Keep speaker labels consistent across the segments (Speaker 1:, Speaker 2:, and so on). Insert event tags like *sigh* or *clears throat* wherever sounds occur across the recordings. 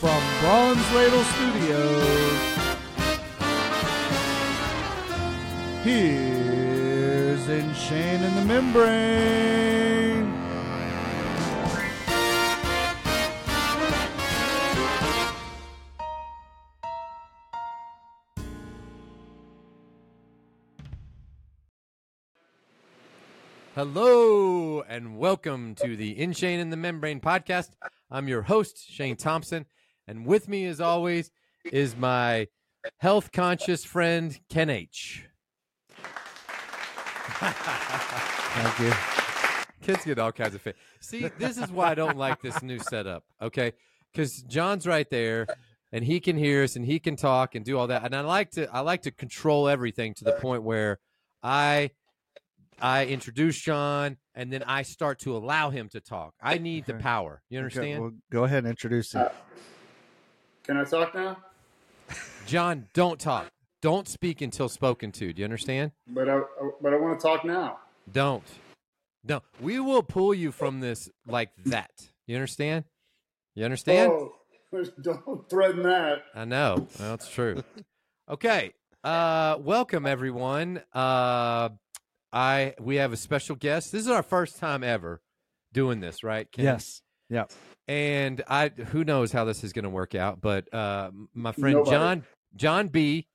Speaker 1: Bronze Ladle Studios. Here's in Shane in the membrane.
Speaker 2: Hello and welcome to the In Shane and the Membrane podcast. I'm your host, Shane Thompson, and with me, as always, is my health conscious friend, Ken H.
Speaker 1: Thank you.
Speaker 2: Kids get all kinds of fit. See, this is why I don't like this new setup, okay? Because John's right there and he can hear us and he can talk and do all that. And I like to I like to control everything to the point where I I introduce John and then I start to allow him to talk. I need the
Speaker 1: Okay.
Speaker 2: power. You
Speaker 1: Uh-huh. Okay,
Speaker 2: understand?
Speaker 1: well, go ahead and introduce him.
Speaker 3: Can I talk now?
Speaker 2: John, don't talk. Don't speak until spoken to. Do you understand?
Speaker 3: But I, I- but I want to talk now.
Speaker 2: Don't. No, we will pull you from this like that. You understand? You understand?
Speaker 3: Oh, *laughs* don't threaten that.
Speaker 2: I know. That's
Speaker 1: *laughs*
Speaker 2: true. Okay. Uh welcome everyone. Uh I we have a special guest. This is our first time ever doing this, right? Ken?
Speaker 1: Yes. Yeah.
Speaker 2: And I who knows how this is going to work out, but uh m- my friend
Speaker 3: Nobody.
Speaker 2: John John B.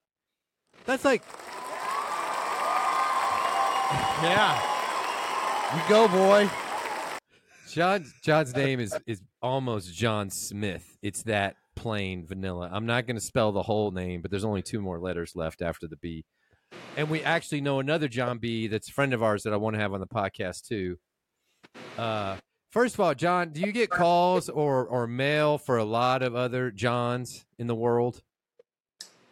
Speaker 2: That's like
Speaker 1: Yeah. You go, boy.
Speaker 2: John John's
Speaker 3: *laughs*
Speaker 2: name is is almost John Smith. It's that plain vanilla. I'm not going to spell the whole name, but there's only two more letters left after the B. And we actually know another John B. That's a friend of ours that I want to have on the podcast too. Uh, first of all, John, do you get calls or or mail for a lot of other Johns in the world?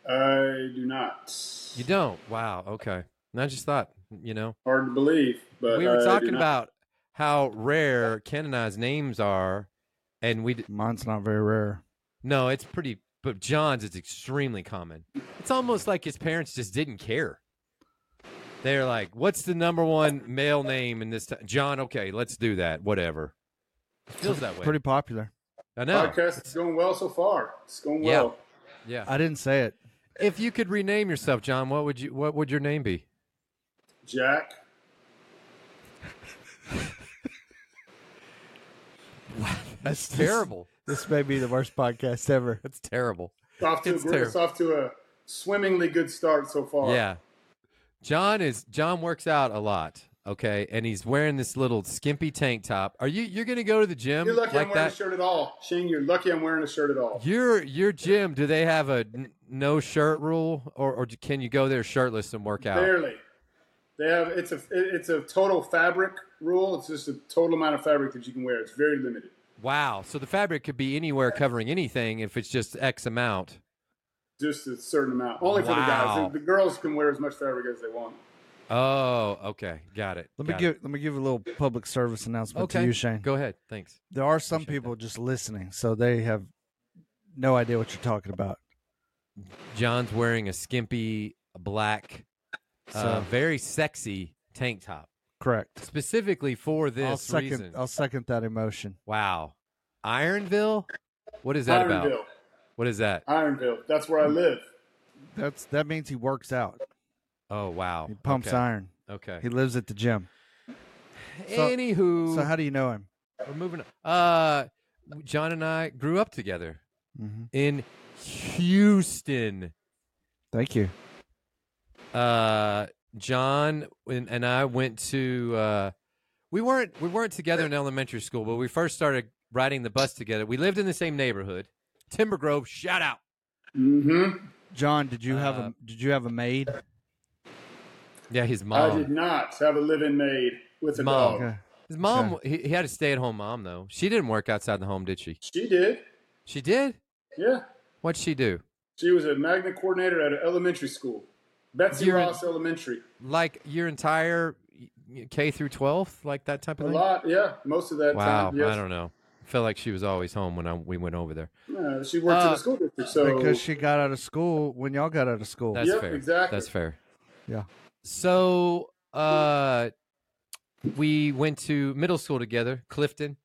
Speaker 3: I do not.
Speaker 2: You don't. Wow. Okay. And I just thought, you know,
Speaker 3: Hard to believe, but
Speaker 2: we
Speaker 3: I
Speaker 2: were
Speaker 3: do
Speaker 2: talking
Speaker 3: not.
Speaker 2: about how rare Ken and I's names are, and we d-
Speaker 1: Mine's not very rare.
Speaker 2: No, it's pretty. But John's is extremely common. It's almost like his parents just didn't care. They're like, "What's the number one male name in this town?" John. Okay, let's do that. Whatever. It feels that way.
Speaker 1: Pretty popular.
Speaker 2: I know.
Speaker 3: podcast is going well so far. It's going
Speaker 2: Yeah.
Speaker 3: well.
Speaker 2: Yeah.
Speaker 1: I didn't say it.
Speaker 2: If you could rename yourself, John, what would you? What would your name be?
Speaker 3: Jack,
Speaker 2: That's terrible.
Speaker 1: This may be the worst podcast ever.
Speaker 2: That's terrible.
Speaker 3: *laughs* it's off to
Speaker 2: It's
Speaker 3: a, gr- it's
Speaker 2: terrible.
Speaker 3: off to a swimmingly good start so far.
Speaker 2: Yeah. John is John works out a lot. Okay, and he's wearing this little skimpy tank top. Are you? You're gonna go to the gym
Speaker 3: You're lucky I'm
Speaker 2: like
Speaker 3: wearing
Speaker 2: that?
Speaker 3: a shirt at all, Shane. You're lucky I'm wearing a shirt at all.
Speaker 2: Your your gym, do they have a n- no shirt rule, or or can you go there shirtless and work out?
Speaker 3: Barely. They have it's a it- it's a total fabric rule. It's just a total amount of fabric that you can wear. It's very limited.
Speaker 2: Wow! So the fabric could be anywhere, covering anything, if it's just X amount.
Speaker 3: Just a certain amount, only for the
Speaker 2: Wow.
Speaker 3: guys. The, the girls can wear as much fabric as they want.
Speaker 2: Oh, okay, got it.
Speaker 1: Let me
Speaker 2: got it.
Speaker 1: give let me give a little public service announcement
Speaker 2: Okay,
Speaker 1: to you, Shane.
Speaker 2: Go ahead. Thanks.
Speaker 1: There are some
Speaker 2: Appreciate
Speaker 1: people just listening, so they have no idea what you're talking about.
Speaker 2: John's wearing a skimpy black,
Speaker 1: So
Speaker 2: uh, very sexy tank top,
Speaker 1: correct.
Speaker 2: specifically for this
Speaker 1: I'll second
Speaker 2: reason.
Speaker 1: I'll second that emotion.
Speaker 2: wow, Ironville. What is that about?
Speaker 3: Ironville.
Speaker 2: What is that?
Speaker 3: Ironville. That's where I live.
Speaker 1: That's that means he works out.
Speaker 2: Oh wow!
Speaker 1: He pumps
Speaker 2: okay.
Speaker 1: iron.
Speaker 2: Okay.
Speaker 1: He lives at the gym. So-
Speaker 2: Anywho,
Speaker 1: So how do you know him?
Speaker 2: We're moving. On. Uh, John and I grew up together
Speaker 1: Mm-hmm.
Speaker 2: in Houston.
Speaker 1: Thank you.
Speaker 2: Uh, John and, and I went to. Uh, we weren't we weren't together in elementary school, but we first started riding the bus together. We lived in the same neighborhood, Timber Grove. Shout out.
Speaker 3: Mm-hmm.
Speaker 1: John, did you have
Speaker 2: Uh,
Speaker 1: a did you have a maid?
Speaker 2: Yeah, his
Speaker 3: I did
Speaker 2: mom.
Speaker 3: not have a living maid with a
Speaker 2: Mom.
Speaker 3: dog.
Speaker 1: Okay.
Speaker 2: His mom. He, he had a stay at home mom though. She didn't work outside the home, did she?
Speaker 3: She did.
Speaker 2: She did.
Speaker 3: Yeah.
Speaker 2: What'd she do?
Speaker 3: She was a magnet coordinator at an elementary school, Betsy
Speaker 2: You're-
Speaker 3: Ross Elementary.
Speaker 2: Like your entire y- K through twelve, like that type
Speaker 3: A
Speaker 2: of thing.
Speaker 3: lot. Yeah. Most of that
Speaker 2: Wow,
Speaker 3: time. Yes.
Speaker 2: I don't know. I feel like she was always home when I, we went over there.
Speaker 3: Yeah, she worked in
Speaker 2: Uh,
Speaker 3: the school district. So
Speaker 1: because she got out of school when y'all got out of school.
Speaker 2: That's
Speaker 3: Yep,
Speaker 2: fair.
Speaker 3: exactly.
Speaker 2: That's fair.
Speaker 1: Yeah.
Speaker 2: So uh, we went to middle school together, Clifton.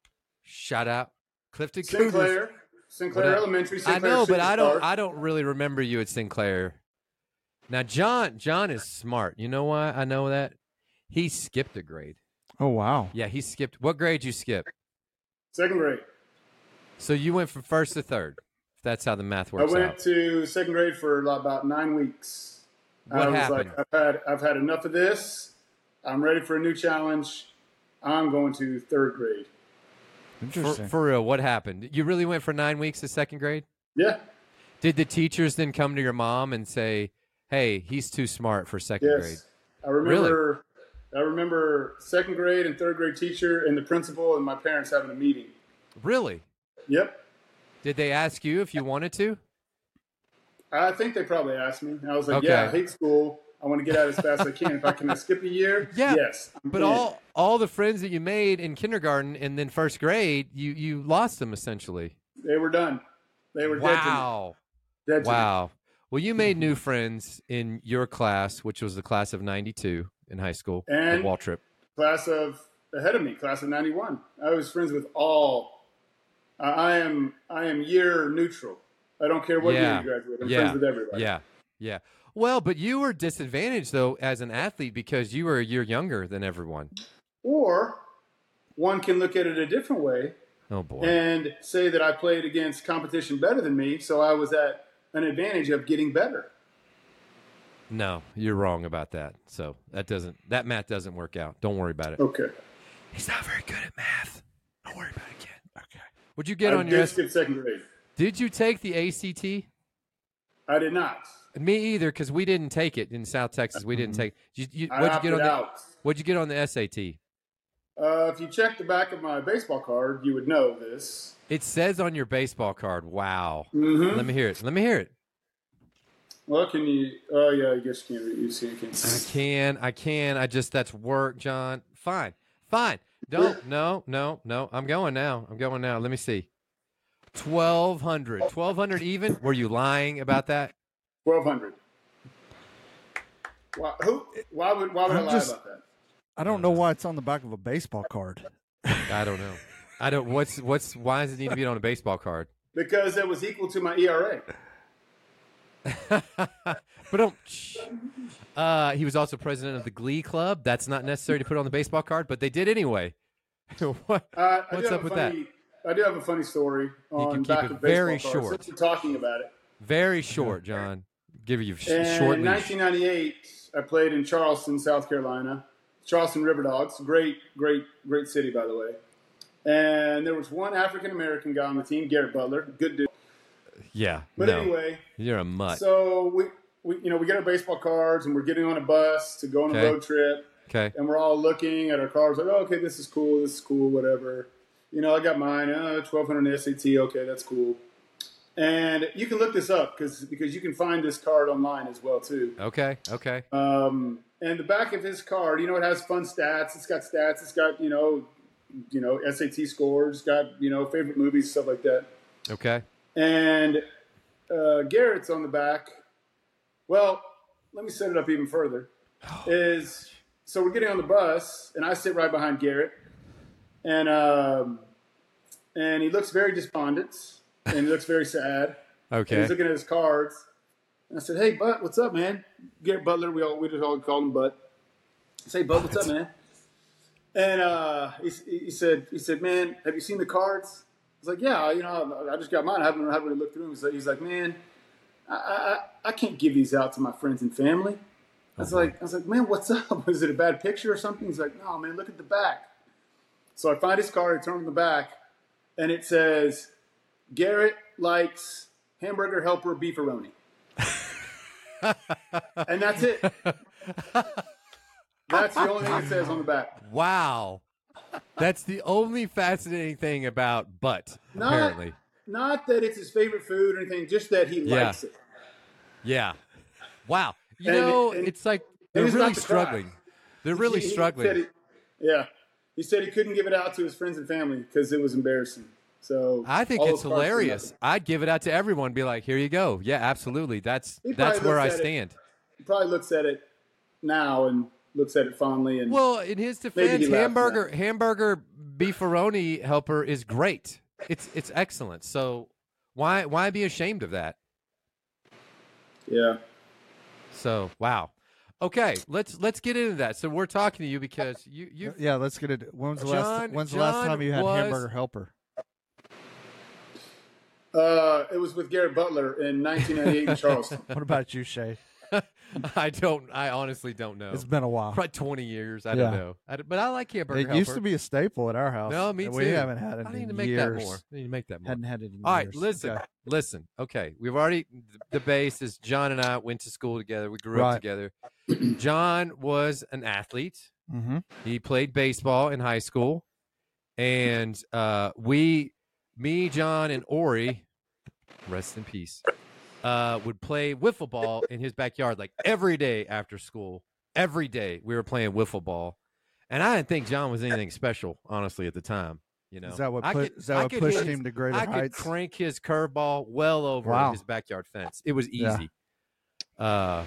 Speaker 2: Shout out, Clifton Cougars.
Speaker 3: Sinclair. Sinclair
Speaker 2: What up?
Speaker 3: Elementary.
Speaker 2: I
Speaker 3: Sinclair
Speaker 2: know, but I don't.
Speaker 3: Superstar.
Speaker 2: I don't really remember you at Sinclair. Now, John. John is smart. You know why? I know that. He skipped a grade.
Speaker 1: Oh wow.
Speaker 2: Yeah, he skipped. What grade you skip?
Speaker 3: second grade.
Speaker 2: So you went from first to third. If that's how the math works
Speaker 3: I went
Speaker 2: out.
Speaker 3: to second grade for about nine weeks. I
Speaker 2: What
Speaker 3: was
Speaker 2: happened?
Speaker 3: like, I've had I've had enough of this. I'm ready for a new challenge. I'm going to third grade.
Speaker 2: for,
Speaker 1: Interesting.
Speaker 2: for real, what happened? You really went for nine weeks to second grade?
Speaker 3: Yeah.
Speaker 2: Did the teachers then come to your mom and say, "Hey, he's too smart for second
Speaker 3: Yes.
Speaker 2: grade"?
Speaker 3: I remember. I remember second grade and third grade teacher and the principal and my parents having a meeting.
Speaker 2: Really?
Speaker 3: Yep.
Speaker 2: Did they ask you if you wanted to?
Speaker 3: I think they probably asked me. And I was like,
Speaker 2: Okay.
Speaker 3: "Yeah, I hate school. I want to get out as fast as I can. If I can skip a year,
Speaker 2: *laughs* Yeah,
Speaker 3: yes." I'm
Speaker 2: But
Speaker 3: in."
Speaker 2: all all the friends that you made in kindergarten and then first grade, you you lost them essentially.
Speaker 3: they were done. They were dead to me.
Speaker 2: Wow.
Speaker 3: Dead to me.
Speaker 2: Wow. Well, you made new friends in your class, which was the class of 92 in high school,
Speaker 3: And-
Speaker 2: at Waltrip.
Speaker 3: class of ahead of me, class of '91. I was friends with all. I I am I am year neutral. I don't care what
Speaker 2: Yeah.
Speaker 3: year you graduate. I'm
Speaker 2: Yeah.
Speaker 3: friends with everybody.
Speaker 2: Yeah. Yeah. Well, but you were disadvantaged though as an athlete because you were a year younger than everyone.
Speaker 3: Or one can look at it a different way
Speaker 2: Oh boy.
Speaker 3: and say that I played against competition better than me, so I was at an advantage of getting better.
Speaker 2: no, you're wrong about that. So that doesn't that math doesn't work out. Don't worry about it.
Speaker 3: Okay.
Speaker 2: He's not very good at math. Don't worry about it, kid. Okay. Would you get
Speaker 3: I
Speaker 2: on your
Speaker 3: did skip second grade.
Speaker 2: Did you take the ACT?
Speaker 3: I did not.
Speaker 2: Me either, because we didn't take it in South Texas. We didn't take. You, you,
Speaker 3: Mm-hmm. I
Speaker 2: what'd you
Speaker 3: opted
Speaker 2: get on the?
Speaker 3: out.
Speaker 2: What'd you get on the SAT?
Speaker 3: Uh, if you check the back of my baseball card, you would know this.
Speaker 2: It says on your baseball card. Wow.
Speaker 3: Mm-hmm.
Speaker 2: Let me hear it. Let me hear it.
Speaker 3: Well, can you? Oh yeah, I guess you can't. You see, you can't.
Speaker 2: I can. I can. I just that's work, John. Fine. Fine. Don't. No. No. No. I'm going now. I'm going now. Let me see. 1200 1200 even were you lying about that
Speaker 3: Twelve hundred. Why, who, why would why would i
Speaker 1: I'm
Speaker 3: lie
Speaker 1: just-
Speaker 3: about that?
Speaker 1: I don't know why it's on the back of a baseball card.
Speaker 2: i don't know i don't what's what's why does it need to be on a baseball card *laughs*
Speaker 3: Because that was equal to my E ERA.
Speaker 2: but don't. Uh, he was also president of the Glee Club. That's not necessary to put on the baseball card, but they did anyway. *laughs* what?
Speaker 3: Uh, I do
Speaker 2: What's up
Speaker 3: have a
Speaker 2: with that?
Speaker 3: funny, I do have a funny story on
Speaker 2: keep
Speaker 3: back
Speaker 2: it
Speaker 3: of
Speaker 2: very
Speaker 3: baseball cards,
Speaker 2: short.
Speaker 3: since We're talking about it.
Speaker 2: Very short, John. Give you sh-
Speaker 3: And
Speaker 2: short
Speaker 3: in
Speaker 2: leash.
Speaker 3: 1998, I played in Charleston, South Carolina. Charleston River Dogs, great, great, great city, by the way. And there was one African American guy on the team, Garrett Butler, good dude.
Speaker 2: Yeah.
Speaker 3: But
Speaker 2: no.
Speaker 3: anyway,
Speaker 2: You're a mutt.
Speaker 3: so we, we, you know, we get our baseball cards and we're getting on a bus to go on
Speaker 2: Okay.
Speaker 3: a road trip.
Speaker 2: okay.
Speaker 3: and we're all looking at our cars like, oh, okay, this is cool, this is cool, whatever. You know, I got mine, uh, 1200 SAT, okay, that's cool. And you can look this up because because you can find this card online as well too.
Speaker 2: Okay. Okay.
Speaker 3: Um, and the back of his card, you know, it has fun stats. It's got stats. It's got you know, you know, SAT scores. It's got you know, favorite movies, stuff like that.
Speaker 2: Okay.
Speaker 3: And uh, Garrett's on the back. Well, let me set it up even further. Is so we're getting on the bus, and I sit right behind Garrett, and um, and he looks very despondent, and he looks very sad. And he's
Speaker 2: Okay.
Speaker 3: looking at his cards, and I said, "Hey, Bud, what's up, man?" Garrett Butler, we all we just all called him Bud. I say, Bud, what's up, man? And uh, he, s- he said, he said, man, have you seen the cards? I was like, yeah, you know, I- I just got mine. I haven't, I haven't really looked through them. He's like, he's like, man, I, I, I- I can't give these out to my friends and family. I was like, I was like, man, what's up? *laughs* Is it a bad picture or something? He's like, no, man, look at the back. So I find his card, I turn on the back, and it says, Garrett likes hamburger helper beefaroni. and that's it. That's the only thing it says on the back.
Speaker 2: Wow. That's the only fascinating thing about butt.
Speaker 3: *laughs* Not-
Speaker 2: Apparently.
Speaker 3: Not that it's his favorite food or anything, just that he
Speaker 2: Yeah.
Speaker 3: likes it.
Speaker 2: Yeah. Wow. You
Speaker 3: And-
Speaker 2: know,
Speaker 3: and-
Speaker 2: it's like
Speaker 3: and
Speaker 2: they're
Speaker 3: he's not
Speaker 2: really
Speaker 3: the crack.
Speaker 2: struggling. They're really
Speaker 3: He- he
Speaker 2: struggling.
Speaker 3: said he- yeah. He said he couldn't give it out to his friends and family because it was embarrassing. So
Speaker 2: I think
Speaker 3: all
Speaker 2: it's
Speaker 3: those cards were
Speaker 2: hilarious.
Speaker 3: nothing.
Speaker 2: I'd give it out to everyone. Be like, here you go. Yeah, absolutely. That's
Speaker 3: He
Speaker 2: that's
Speaker 3: probably
Speaker 2: where I
Speaker 3: looks at it.
Speaker 2: stand.
Speaker 3: He probably looks at it now and looks at it fondly and
Speaker 2: Well, in his
Speaker 3: Maybe he
Speaker 2: defense,
Speaker 3: laughed at
Speaker 2: hamburger hamburger beefaroni helper is great. It's it's excellent. So Why why be ashamed of that?
Speaker 3: Yeah.
Speaker 2: So wow. Okay, let's let's get into that. So we're talking to you because you
Speaker 1: *laughs*
Speaker 2: you
Speaker 1: yeah, let's get it. When's the last?
Speaker 2: John-
Speaker 1: When's the last
Speaker 2: John
Speaker 1: time you had
Speaker 2: was-
Speaker 1: hamburger helper?
Speaker 3: Uh, it was with Garrett Butler
Speaker 2: *laughs*
Speaker 3: in 1998 in Charleston.
Speaker 1: What about you, Shay?
Speaker 2: I don't I honestly don't know.
Speaker 1: It's been a while.
Speaker 2: *laughs* probably twenty years. I don't
Speaker 1: Yeah.
Speaker 2: know. I d but I like hamburger.
Speaker 1: it used to be a staple at our house.
Speaker 2: No, me
Speaker 1: and We
Speaker 2: too.
Speaker 1: haven't had it.
Speaker 2: I
Speaker 1: in
Speaker 2: need to make
Speaker 1: years.
Speaker 2: that more. I need to make that more.
Speaker 1: Hadn't had it in
Speaker 2: All right,
Speaker 1: years.
Speaker 2: listen,
Speaker 1: Okay.
Speaker 2: listen. Okay, we've already the base is John and I went to school together. We grew
Speaker 1: Right.
Speaker 2: up together. John was an athlete.
Speaker 1: Mhm.
Speaker 2: He played baseball in high school, and uh, we, me, John, and Ori, rest in peace, uh, would play wiffle ball in his backyard like every day after school. Every day we were playing wiffle ball, and I didn't think John was anything special, honestly, at the time. You know,
Speaker 1: Is that what,
Speaker 2: I
Speaker 1: pu-
Speaker 2: could-
Speaker 1: is that
Speaker 2: I
Speaker 1: what
Speaker 2: could
Speaker 1: pushed
Speaker 2: hit his-
Speaker 1: him to greater
Speaker 2: I could
Speaker 1: heights?
Speaker 2: crank his curveball well over
Speaker 1: Wow.
Speaker 2: his backyard fence. It was
Speaker 1: Yeah.
Speaker 2: easy. Uh,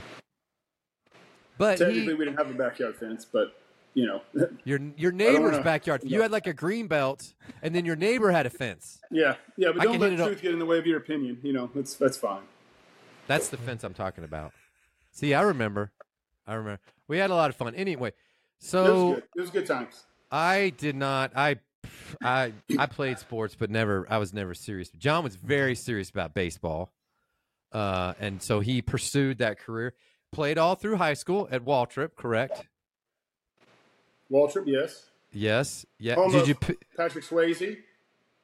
Speaker 2: but he,
Speaker 3: Technically, we didn't have a backyard fence, but you know,
Speaker 2: your your neighbor's
Speaker 3: wanna-
Speaker 2: backyard. You
Speaker 3: no.
Speaker 2: had like a green belt, and then your neighbor had a fence.
Speaker 3: yeah, yeah.
Speaker 2: I
Speaker 3: But don't
Speaker 2: can
Speaker 3: let
Speaker 2: hit it up.
Speaker 3: truth get in the way of your opinion. You know, that's that's fine.
Speaker 2: That's the fence I'm talking about. See, I remember. I remember. We had a lot of fun. Anyway,
Speaker 3: It was
Speaker 2: so
Speaker 3: good. It was good times.
Speaker 2: I did not. I I I played sports, but never. I was never serious. John was very serious about baseball, uh, and so he pursued that career. Played all through high school at Waltrip, correct?
Speaker 3: Waltrip, yes.
Speaker 2: Yes. Yeah.
Speaker 3: Home
Speaker 2: Did
Speaker 3: of
Speaker 2: you? p-
Speaker 3: Patrick Swayze,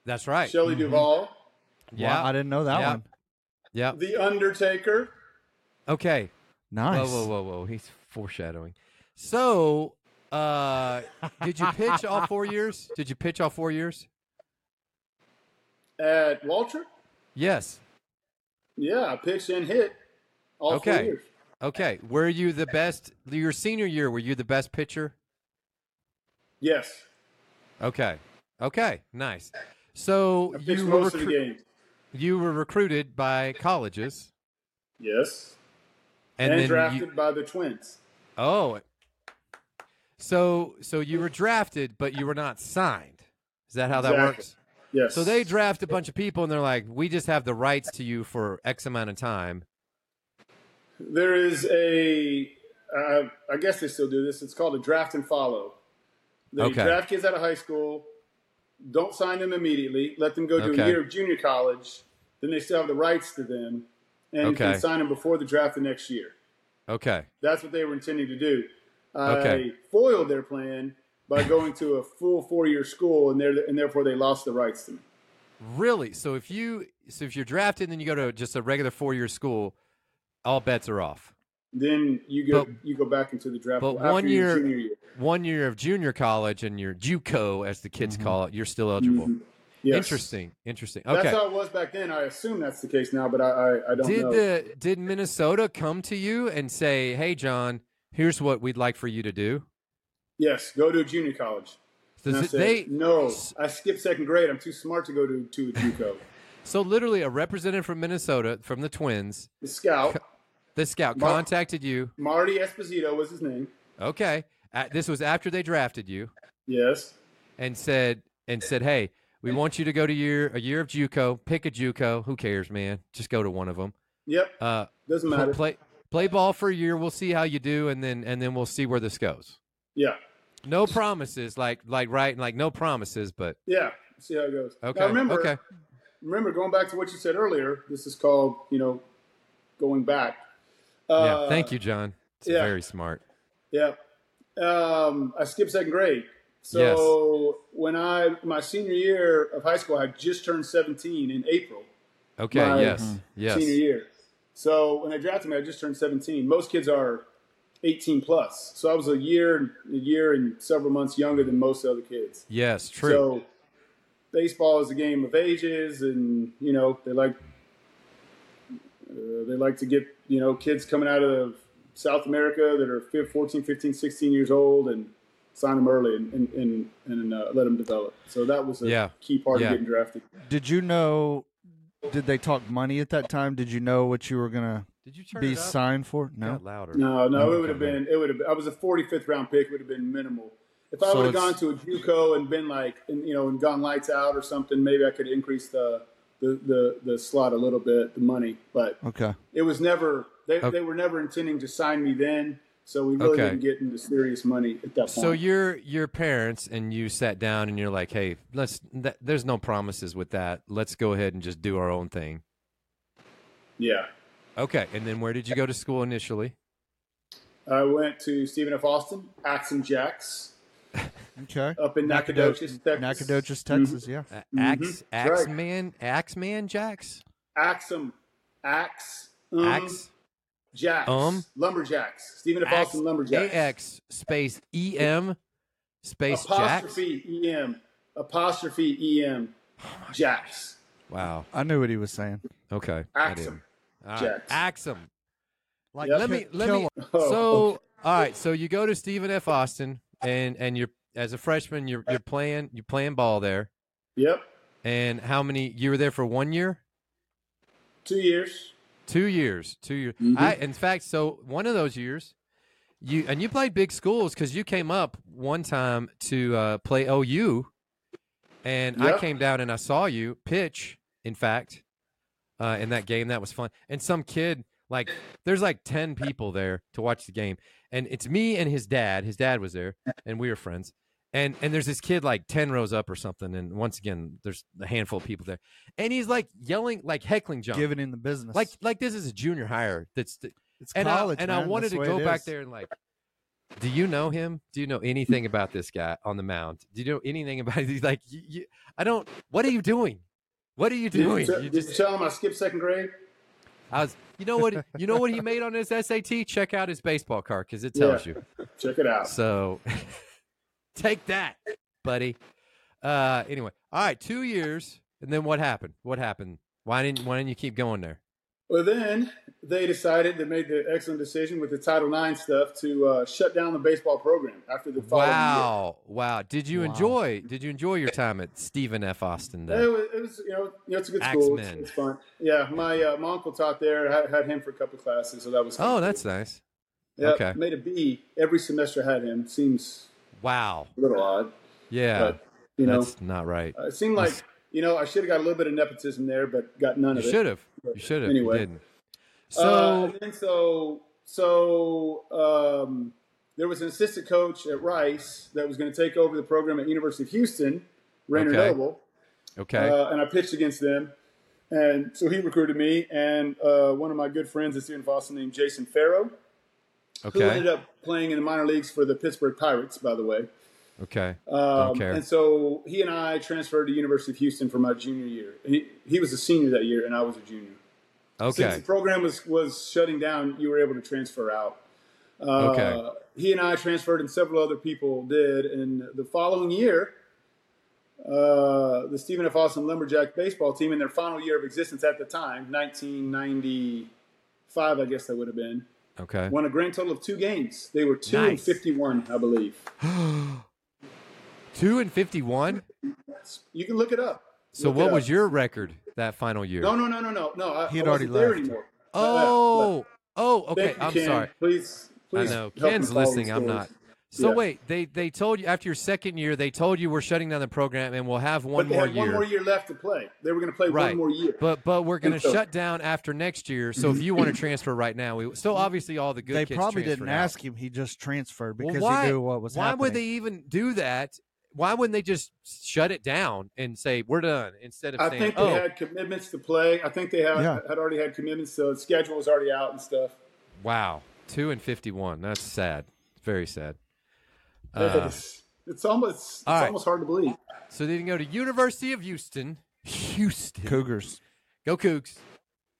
Speaker 2: That's right. Mm-hmm.
Speaker 3: Shelley
Speaker 1: Mhm.
Speaker 3: Duvall,
Speaker 2: Yeah.
Speaker 1: Wow, I didn't know that
Speaker 2: Yeah.
Speaker 1: one.
Speaker 2: yeah.
Speaker 3: The Undertaker.
Speaker 2: Okay.
Speaker 1: Nice.
Speaker 2: Whoa, whoa, whoa, whoa. He's foreshadowing. So, uh, did you pitch all four years? Did you pitch all four years?
Speaker 3: At Waltrip,
Speaker 2: Yes.
Speaker 3: yeah, I pitched and hit all four
Speaker 2: Okay.
Speaker 3: years.
Speaker 2: Okay. Were you the best? Your senior year, were you the best pitcher?
Speaker 3: Yes,
Speaker 2: Okay. Okay. Nice. So
Speaker 3: I pitched
Speaker 2: you were,
Speaker 3: most of the
Speaker 2: recru-
Speaker 3: games.
Speaker 2: you were recruited by colleges,
Speaker 3: Yes,
Speaker 2: and,
Speaker 3: and,
Speaker 2: then
Speaker 3: drafted
Speaker 2: you.
Speaker 3: by the Twins.
Speaker 2: Oh. So so you were drafted, but you were not signed. Is that how that
Speaker 3: Exactly.
Speaker 2: works?
Speaker 3: Yes.
Speaker 2: So they draft a bunch of people and they're like, we just have the rights to you for X amount of time.
Speaker 3: There is a, uh, I guess they still do this. It's called a draft and follow. They
Speaker 2: Okay.
Speaker 3: draft kids out of high school, don't sign them immediately, let them go do
Speaker 2: Okay.
Speaker 3: a year of junior college, then they still have the rights to them, and you
Speaker 2: Okay.
Speaker 3: can sign them before the draft the next year.
Speaker 2: Okay.
Speaker 3: That's what they were intending to do. I
Speaker 2: Okay.
Speaker 3: foiled their plan by going to a full four-year school, and, there- and therefore they lost the rights to me.
Speaker 2: Really? So if you so if you're drafted and then you go to just a regular four year school, all bets are off.
Speaker 3: Then you go
Speaker 2: But-
Speaker 3: you go back into the draft
Speaker 2: but
Speaker 3: after
Speaker 2: one
Speaker 3: your
Speaker 2: year-
Speaker 3: junior year.
Speaker 2: One year of junior college and your JUCO, as the kids call it, you're still eligible.
Speaker 3: Mm-hmm. Yes.
Speaker 2: Interesting. Interesting. Okay.
Speaker 3: That's how it was back then. I assume that's the case now, but I, I, I don't
Speaker 2: Did
Speaker 3: know.
Speaker 2: the did Minnesota come to you and say, Hey John, here's what we'd like for you to do?
Speaker 3: yes, go to a junior college.
Speaker 2: Does
Speaker 3: And I
Speaker 2: it-
Speaker 3: said,
Speaker 2: they
Speaker 3: no,
Speaker 2: s-
Speaker 3: I skipped second grade. I'm too smart to go to, to a JUCO.
Speaker 2: *laughs* so literally a representative from Minnesota from the twins,
Speaker 3: the scout,
Speaker 2: the scout
Speaker 3: Mar-
Speaker 2: contacted you.
Speaker 3: Marty Esposito was his name.
Speaker 2: Okay. Uh, this was after they drafted you.
Speaker 3: Yes.
Speaker 2: and said and said, "Hey, we want you to go to year a year of JUCO. Pick a JUCO. Who cares, man? Just go to one of them.
Speaker 3: Yep.
Speaker 2: Uh,
Speaker 3: Doesn't
Speaker 2: pl-
Speaker 3: matter.
Speaker 2: play play ball for a year. We'll see how you do, and then and then we'll see where this goes.
Speaker 3: Yeah.
Speaker 2: No promises, like like right, and like no promises, but
Speaker 3: Yeah. See how it goes. Now,
Speaker 2: okay,
Speaker 3: remember,
Speaker 2: okay,
Speaker 3: remember going back to what you said earlier. This is called, you know, going back. Uh,
Speaker 2: yeah. Thank you, John. It's
Speaker 3: yeah.
Speaker 2: very smart.
Speaker 3: Yeah. Um, I skipped second grade. So when I my senior year of high school, I just turned 17 in April.
Speaker 2: Okay,
Speaker 3: My-
Speaker 1: Mm-hmm.
Speaker 2: yes, yes.
Speaker 3: senior year. So when they drafted me, I just turned 17. Most kids are 18 plus, so I was a year, a year and several months younger than most other kids.
Speaker 2: Yes, true.
Speaker 3: So baseball is a game of ages, and you know they like uh, they like to get you know kids coming out of South America that are fif- 14, 15, 16 years old and sign them early and and, and, and uh, let them develop. So that was a
Speaker 2: Yeah.
Speaker 3: key part
Speaker 2: Yeah.
Speaker 3: of getting drafted.
Speaker 1: Did you know? Did they talk money at that time? Did you know what you were gonna
Speaker 2: Did you turn
Speaker 1: be
Speaker 2: it up?
Speaker 1: signed for? No.
Speaker 2: Got louder.
Speaker 3: No, no, it would have
Speaker 2: okay.
Speaker 3: been it would have. been- I was a 45th round pick. It would have been minimal. If I
Speaker 1: So
Speaker 3: would have gone
Speaker 1: it's-
Speaker 3: to a JUCO and been like, and, you know, and gone lights out or something, maybe I could increase the the, the, the slot a little bit, the money, but
Speaker 1: Okay.
Speaker 3: it was never they,
Speaker 2: Okay.
Speaker 3: they were never intending to sign me then, so we really
Speaker 2: Okay.
Speaker 3: didn't get into serious money at that point.
Speaker 2: So your your parents and you sat down and you're like, hey, let's. Th- there's no promises with that. Let's go ahead and just do our own thing.
Speaker 3: yeah,
Speaker 2: Okay. And then where did you go to school initially?
Speaker 3: I went to Stephen F. Austin, Axe and Jacks,
Speaker 1: Okay.
Speaker 3: up in Nacogdoches, Texas.
Speaker 1: Nacogdoches, Texas. Yeah.
Speaker 2: Uh,
Speaker 3: Mhm.
Speaker 2: Axe,
Speaker 3: That's
Speaker 2: axe
Speaker 3: right.
Speaker 2: man, axe man, Jacks,
Speaker 3: Axum, Axe, um,
Speaker 2: axe,
Speaker 3: Jacks,
Speaker 2: um,
Speaker 3: Lumberjacks, Stephen F.
Speaker 2: axe,
Speaker 3: Austin Lumberjacks,
Speaker 2: ax space e m space Jacks.
Speaker 3: apostrophe em, apostrophe em, Jacks,
Speaker 2: Wow.
Speaker 1: I knew what he was saying.
Speaker 2: Okay. I did.
Speaker 3: Axum.
Speaker 2: All right.
Speaker 3: Jacks.
Speaker 2: Axum. Like
Speaker 3: Yep.
Speaker 2: let me let me
Speaker 3: Oh.
Speaker 2: So, all right. So you go to Stephen F. Austin, and and you're as a freshman, you're you're playing you're playing ball there.
Speaker 3: *laughs* Yep,
Speaker 2: And how many? You were there for one year, *laughs*
Speaker 3: two years.
Speaker 2: two years, two years. I, in fact, so one of those years, you and you played big schools because you came up one time to uh, play OU, and I
Speaker 3: Yep.
Speaker 2: came down and I saw you pitch. In fact, uh, in that game, that was fun. And some kid like there's like 10 people there to watch the game and it's me and his dad his dad was there and we were friends and and there's this kid like 10 rows up or something and once again there's a handful of people there and he's like yelling like heckling john
Speaker 1: Giving in the business.
Speaker 2: like like this is a junior hire that's th-
Speaker 1: it's
Speaker 2: and
Speaker 1: college.
Speaker 2: I, and I
Speaker 1: man.
Speaker 2: wanted
Speaker 1: That's
Speaker 2: to
Speaker 1: the way
Speaker 2: go
Speaker 1: it
Speaker 2: back
Speaker 1: is.
Speaker 2: there and like do you know him do you know anything about this guy on the mound do you know anything about *laughs* he's like you, you, i don't what are you doing what are you
Speaker 3: Did you,
Speaker 2: doing
Speaker 3: tell-
Speaker 2: You
Speaker 3: did you tell him I skipped second grade?
Speaker 2: I was, you know what, you know what he made on his SAT? Check out his baseball card because it tells you.
Speaker 3: Check it out.
Speaker 2: So, *laughs* take that, buddy. Uh, anyway, all right, two years, and then what happened? What happened? Why didn't Why didn't you keep going there?
Speaker 3: Well, then they decided they made the excellent decision with the Title IX stuff to uh, shut down the baseball program after the following
Speaker 2: Wow, wow. Did you
Speaker 1: Wow.
Speaker 2: enjoy? Did you enjoy your time at Stephen F. Austin?
Speaker 3: year.
Speaker 2: Then?
Speaker 3: It was, it was, you know, you know, it's a good school. It's,
Speaker 2: Axemen.
Speaker 3: it's fun. Yeah, my uh, my uncle taught there. I had, had him for a couple classes, so that was. fun,
Speaker 2: Oh,
Speaker 3: too.
Speaker 2: that's nice.
Speaker 3: Yeah,
Speaker 2: okay.
Speaker 3: Made a B every semester. I Had him seems
Speaker 2: Wow.
Speaker 3: a little odd,
Speaker 2: Yeah,
Speaker 3: but you know,
Speaker 2: that's not right.
Speaker 3: uh, it seemed like you know I should have got a little bit of nepotism there, but got none
Speaker 2: You
Speaker 3: of it.
Speaker 2: should have. You should have.
Speaker 3: Anyway.
Speaker 2: you didn't.
Speaker 3: Uh,
Speaker 2: So
Speaker 3: and then so so um, there was an assistant coach at Rice that was going to take over the program at University of Houston, Rainer
Speaker 2: Okay.
Speaker 3: Noble,
Speaker 2: okay.
Speaker 3: uh, and I pitched against them. And so he recruited me and uh, one of my good friends at Stephen Foster named Jason Farrow, who ended
Speaker 2: okay.
Speaker 3: up playing in the minor leagues for the Pittsburgh Pirates, by the way.
Speaker 2: Okay.
Speaker 3: Um,
Speaker 2: care.
Speaker 3: and so he and I transferred to University of Houston for my junior year. He, he was a senior that year, and I was a junior since
Speaker 2: Okay.
Speaker 3: the program was was shutting down, you were able to transfer out. Uh,
Speaker 2: Okay.
Speaker 3: He and I transferred, and several other people did. And the following year, uh, the Stephen F. Austin Lumberjack baseball team, in their final year of existence at the time, 1995, I guess that would have been,
Speaker 2: Okay.
Speaker 3: won a grand total of two games. They were two and
Speaker 2: Nice.
Speaker 3: 51, I believe.
Speaker 2: Two and fifty-one.
Speaker 3: You can look it up.
Speaker 2: So
Speaker 3: Look it
Speaker 2: what
Speaker 3: up.
Speaker 2: was your record that final year?
Speaker 3: No, no, no, no, no, no. I,
Speaker 1: He had
Speaker 3: I wasn't
Speaker 1: already
Speaker 3: there
Speaker 1: left.
Speaker 3: anymore.
Speaker 2: oh, oh, okay.
Speaker 3: Thank you,
Speaker 2: I'm
Speaker 3: Ken.
Speaker 2: sorry.
Speaker 3: Please, please.
Speaker 2: I know
Speaker 3: help me
Speaker 2: Ken's
Speaker 3: follow the
Speaker 2: listening. I'm
Speaker 3: story.
Speaker 2: not. So
Speaker 3: Yeah.
Speaker 2: wait, they they told you after your second year, they told you we're shutting down the program and we'll have one
Speaker 3: but they
Speaker 2: more
Speaker 3: had
Speaker 2: year.
Speaker 3: one more year left to play. They were going to play
Speaker 2: Right.
Speaker 3: one more year.
Speaker 2: But but we're going to
Speaker 3: And so- Mm-hmm.
Speaker 2: shut down after next year. So if you want to transfer right now, we so obviously all the good
Speaker 1: They
Speaker 2: kids
Speaker 1: probably didn't
Speaker 2: transferred out.
Speaker 1: ask him. He just transferred
Speaker 2: Well,
Speaker 1: because
Speaker 2: why-
Speaker 1: he knew what was
Speaker 2: Why
Speaker 1: happening.
Speaker 2: would they even do that? Why wouldn't they just shut it down and say we're done instead of
Speaker 3: I
Speaker 2: saying
Speaker 3: think they
Speaker 2: oh
Speaker 3: had commitments to play. I think they had
Speaker 1: Yeah.
Speaker 3: had already had commitments, so the schedule was already out and stuff.
Speaker 2: wow two and fifty one that's sad very sad. Uh,
Speaker 3: it's, it's almost it's
Speaker 2: all right.
Speaker 3: almost hard to believe.
Speaker 2: So they didn't go to University of Houston. Houston.
Speaker 1: Cougars.
Speaker 2: Go Cougs.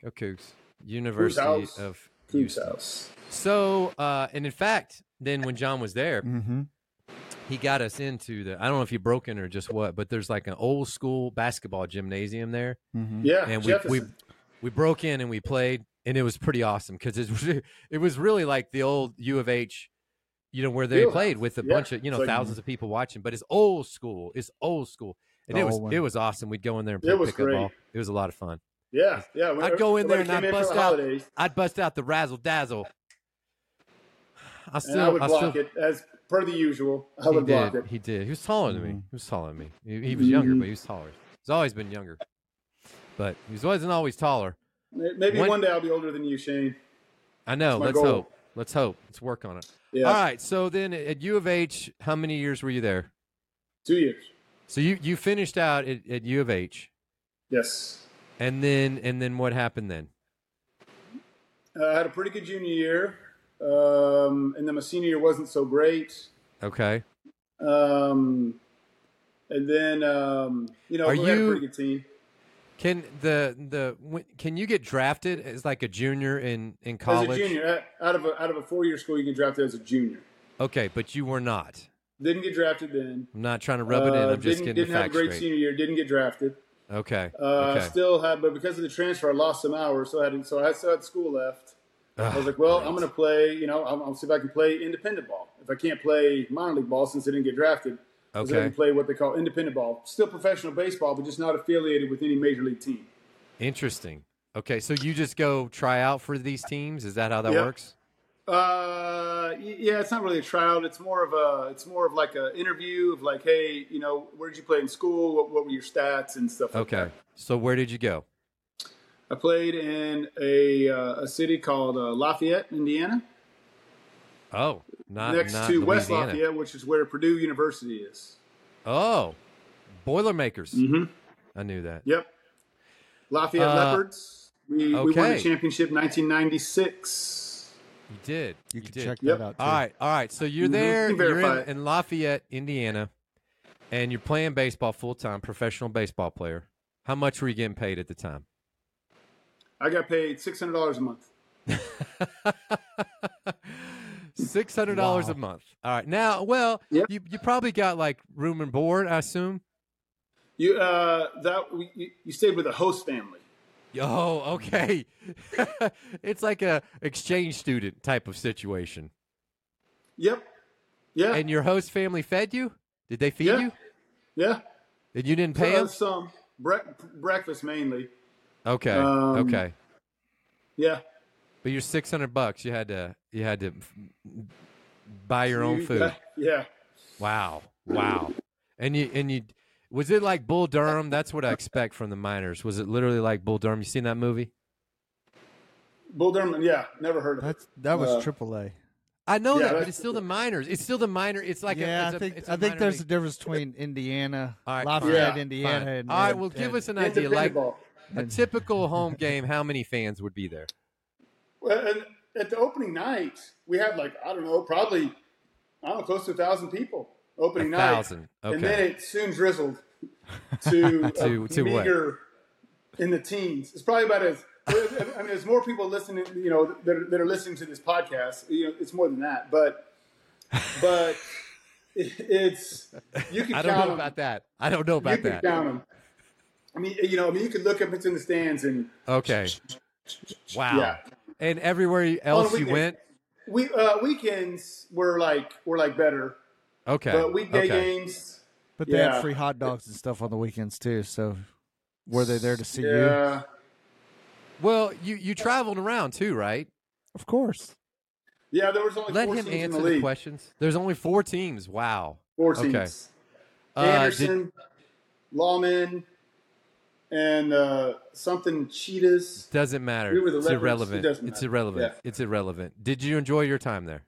Speaker 2: Go Cougs. University
Speaker 3: house.
Speaker 2: of
Speaker 3: Coop's
Speaker 2: Houston.
Speaker 3: house.
Speaker 2: So, uh, and in fact, then when John was there,
Speaker 1: Mm-hmm.
Speaker 2: he got us into the, I don't know if he broke in or just what, but there's like an old school basketball gymnasium there.
Speaker 1: Mm-hmm.
Speaker 3: Yeah,
Speaker 2: And we,
Speaker 3: Jefferson.
Speaker 2: we, we broke in and we played and it was pretty awesome because it, was- *laughs* it was really like the old U of H, you know, where they
Speaker 3: Field
Speaker 2: played with a
Speaker 3: Yeah.
Speaker 2: bunch of, you know,
Speaker 3: It's like-
Speaker 2: thousands of people watching, but it's old school. It's old school. And
Speaker 1: The
Speaker 2: it was,
Speaker 1: old one.
Speaker 2: it was awesome. We'd go in there and
Speaker 3: It
Speaker 2: play
Speaker 3: was
Speaker 2: pickup
Speaker 3: great.
Speaker 2: ball. It was a lot of fun.
Speaker 3: yeah, yeah. when
Speaker 2: I'd go in there and
Speaker 3: everybody
Speaker 2: I'd
Speaker 3: came in for
Speaker 2: bust
Speaker 3: the
Speaker 2: out.
Speaker 3: holidays,
Speaker 2: I'd bust out the razzle dazzle. *sighs* I still,
Speaker 3: and I would
Speaker 2: I
Speaker 3: block
Speaker 2: still,
Speaker 3: it as per the usual. I
Speaker 2: He
Speaker 3: would
Speaker 2: did.
Speaker 3: block Mm-hmm. it.
Speaker 2: He did. He was taller than me.
Speaker 1: Mhm.
Speaker 2: He was taller than me. He, he was younger, but he was taller. He's always been younger. but he wasn't always taller.
Speaker 3: May- Maybe
Speaker 2: One-
Speaker 3: one day I'll be older than you, Shane.
Speaker 2: I know.
Speaker 3: my
Speaker 2: Let's
Speaker 3: goal.
Speaker 2: hope. Let's hope. Let's work on it.
Speaker 3: Yeah,
Speaker 2: All right. So then at U of H, how many years were you there?
Speaker 3: two years.
Speaker 2: So you you finished out at, at U of H,
Speaker 3: Yes,
Speaker 2: and then and then what happened then?
Speaker 3: uh, I had a pretty good junior year, um, and then my senior year wasn't so great.
Speaker 2: Okay.
Speaker 3: Um, and then um, you know
Speaker 2: Are
Speaker 3: we had a
Speaker 2: you-
Speaker 3: pretty good team.
Speaker 2: Can the the when- can you get drafted as like a junior in in college?
Speaker 3: As a junior, uh, out of a, out of a four year school, you can draft as a junior.
Speaker 2: Okay, but you were not.
Speaker 3: Didn't get drafted then.
Speaker 2: I'm not trying to rub it in.
Speaker 3: Uh,
Speaker 2: I'm just
Speaker 3: didn't,
Speaker 2: getting
Speaker 3: didn't
Speaker 2: the
Speaker 3: have a
Speaker 2: facts
Speaker 3: great
Speaker 2: straight.
Speaker 3: senior year. Didn't get drafted.
Speaker 2: Okay.
Speaker 3: Uh,
Speaker 2: okay.
Speaker 3: Still had, but because of the transfer, I lost some hours, so I had so I still had school left.
Speaker 2: Ugh,
Speaker 3: I was like, well,
Speaker 2: great.
Speaker 3: I'm going to play. You know, I'll, I'll see if I can play independent ball. If I can't play minor league ball since I didn't get drafted, I was going
Speaker 2: Okay.
Speaker 3: to play what they call independent ball. Still professional baseball, but just not affiliated with any major league team.
Speaker 2: Interesting. Okay, so you just go try out for these teams. Is that how that
Speaker 3: Yeah.
Speaker 2: works?
Speaker 3: Uh, y- yeah, it's not really a tryout. It's more of a, it's more of like an interview of like, hey, you know, where did you play in school? What, what were your stats and stuff? Like
Speaker 2: Okay. So where did you go?
Speaker 3: that. I played in a uh, a city called uh, Lafayette, Indiana,
Speaker 2: Oh, not
Speaker 3: next
Speaker 2: not
Speaker 3: to West
Speaker 2: Louisiana.
Speaker 3: Lafayette, which is where Purdue University is.
Speaker 2: Oh, Boilermakers.
Speaker 3: Mm-hmm.
Speaker 2: I knew that.
Speaker 3: Yep. Lafayette
Speaker 2: Uh,
Speaker 3: Leopards. We, we won
Speaker 2: okay.
Speaker 3: the championship 1996.
Speaker 2: You did.
Speaker 1: You,
Speaker 2: did.
Speaker 1: can check
Speaker 3: Yep.
Speaker 1: that out. Too.
Speaker 2: All right, all right. So you're
Speaker 3: Mhm.
Speaker 2: there.
Speaker 3: You can
Speaker 2: You're
Speaker 3: verify
Speaker 2: in,
Speaker 3: it.
Speaker 2: in Lafayette, Indiana, and you're playing baseball full time, professional baseball player. How much were you getting paid at the time? *laughs*
Speaker 3: I got paid $600 a month.
Speaker 2: Six hundred dollars a
Speaker 1: Wow.
Speaker 2: month. All right. Now, well,
Speaker 3: Yep.
Speaker 2: you you probably got like room and board, I assume.
Speaker 3: You uh that we, you, you stayed with a host family.
Speaker 2: Oh, okay. *laughs* it's like a exchange student type of situation.
Speaker 3: Yep. Yeah.
Speaker 2: And your host family fed you? Did they feed
Speaker 3: Yeah.
Speaker 2: you?
Speaker 3: yeah.
Speaker 2: And you didn't pay
Speaker 3: Uh,
Speaker 2: them?
Speaker 3: some brec- breakfast mainly.
Speaker 2: Okay.
Speaker 3: um,
Speaker 2: okay.
Speaker 3: Yeah.
Speaker 2: But your six hundred bucks, you had to you had to f- buy your own
Speaker 3: You-
Speaker 2: food.
Speaker 3: Yeah.
Speaker 2: Wow, wow. And you and you was it like Bull
Speaker 3: *laughs*
Speaker 2: Durham? That's what I expect from the miners. Was it literally like Bull Durham? You seen that movie?
Speaker 3: Bull Durham. Yeah. Never heard of it.
Speaker 1: That's that was
Speaker 3: Uh,
Speaker 1: triple A.
Speaker 2: I know
Speaker 3: Yeah,
Speaker 2: that, but
Speaker 3: that's-
Speaker 2: it's still the miners. It's still the miner. It's like
Speaker 1: yeah, I
Speaker 2: a, it's a-
Speaker 1: think
Speaker 2: it's a
Speaker 1: I think
Speaker 2: minor
Speaker 1: there's a
Speaker 2: league.
Speaker 1: difference between Indiana,
Speaker 2: All right,
Speaker 1: Lafayette,
Speaker 3: fine.
Speaker 1: Indiana,
Speaker 2: Fine.
Speaker 1: and
Speaker 2: All right,
Speaker 1: and-
Speaker 2: well, give
Speaker 1: and-
Speaker 2: us an idea.
Speaker 3: Independent
Speaker 2: Like
Speaker 3: ball.
Speaker 2: a
Speaker 1: *laughs*
Speaker 2: typical home game, how many fans would be there?
Speaker 3: Well, and at the opening night, we had like I don't know, probably I don't know, close to a thousand people opening
Speaker 2: A
Speaker 3: night.
Speaker 2: thousand,
Speaker 3: And then
Speaker 2: okay.
Speaker 3: it soon drizzled
Speaker 2: *laughs*
Speaker 3: to,
Speaker 2: To-
Speaker 3: a
Speaker 2: to what?
Speaker 3: meager in the teens. It's probably about as I mean, there's more people listening, you know, that are, that are listening to this podcast. You know, it's more than that, but but it, it's you can
Speaker 2: I don't
Speaker 3: count
Speaker 2: know
Speaker 3: them.
Speaker 2: about that. I don't know
Speaker 3: you
Speaker 2: about
Speaker 3: can
Speaker 2: that.
Speaker 3: count them. I mean, you know, I mean, you could look up it's in the stands and
Speaker 2: Okay. Wow.
Speaker 3: Yeah.
Speaker 2: And everywhere else you
Speaker 3: weekend.
Speaker 2: went?
Speaker 3: we uh, weekends were like were like better,
Speaker 2: Okay.
Speaker 3: but weekday
Speaker 2: okay.
Speaker 3: games.
Speaker 1: but they
Speaker 3: yeah.
Speaker 1: had free hot dogs and stuff on the weekends too. So were they there to see you?
Speaker 3: Yeah.
Speaker 2: Well, you you traveled around too, right?
Speaker 1: Of course.
Speaker 3: Yeah, there was only
Speaker 2: Let
Speaker 3: four
Speaker 2: him
Speaker 3: teams in
Speaker 2: answer
Speaker 3: the
Speaker 2: the,
Speaker 3: league.
Speaker 2: questions. There's only four teams. Wow.
Speaker 3: Four
Speaker 2: Okay.
Speaker 3: teams.
Speaker 2: Uh, did-
Speaker 3: Anderson, Lawman, and uh, something Cheetahs.
Speaker 2: doesn't matter.
Speaker 3: We were the
Speaker 2: it's
Speaker 3: leopards. It
Speaker 2: irrelevant.
Speaker 3: doesn't
Speaker 2: it's
Speaker 3: matter.
Speaker 2: irrelevant.
Speaker 3: Yeah.
Speaker 2: It's irrelevant. Did you enjoy your time there?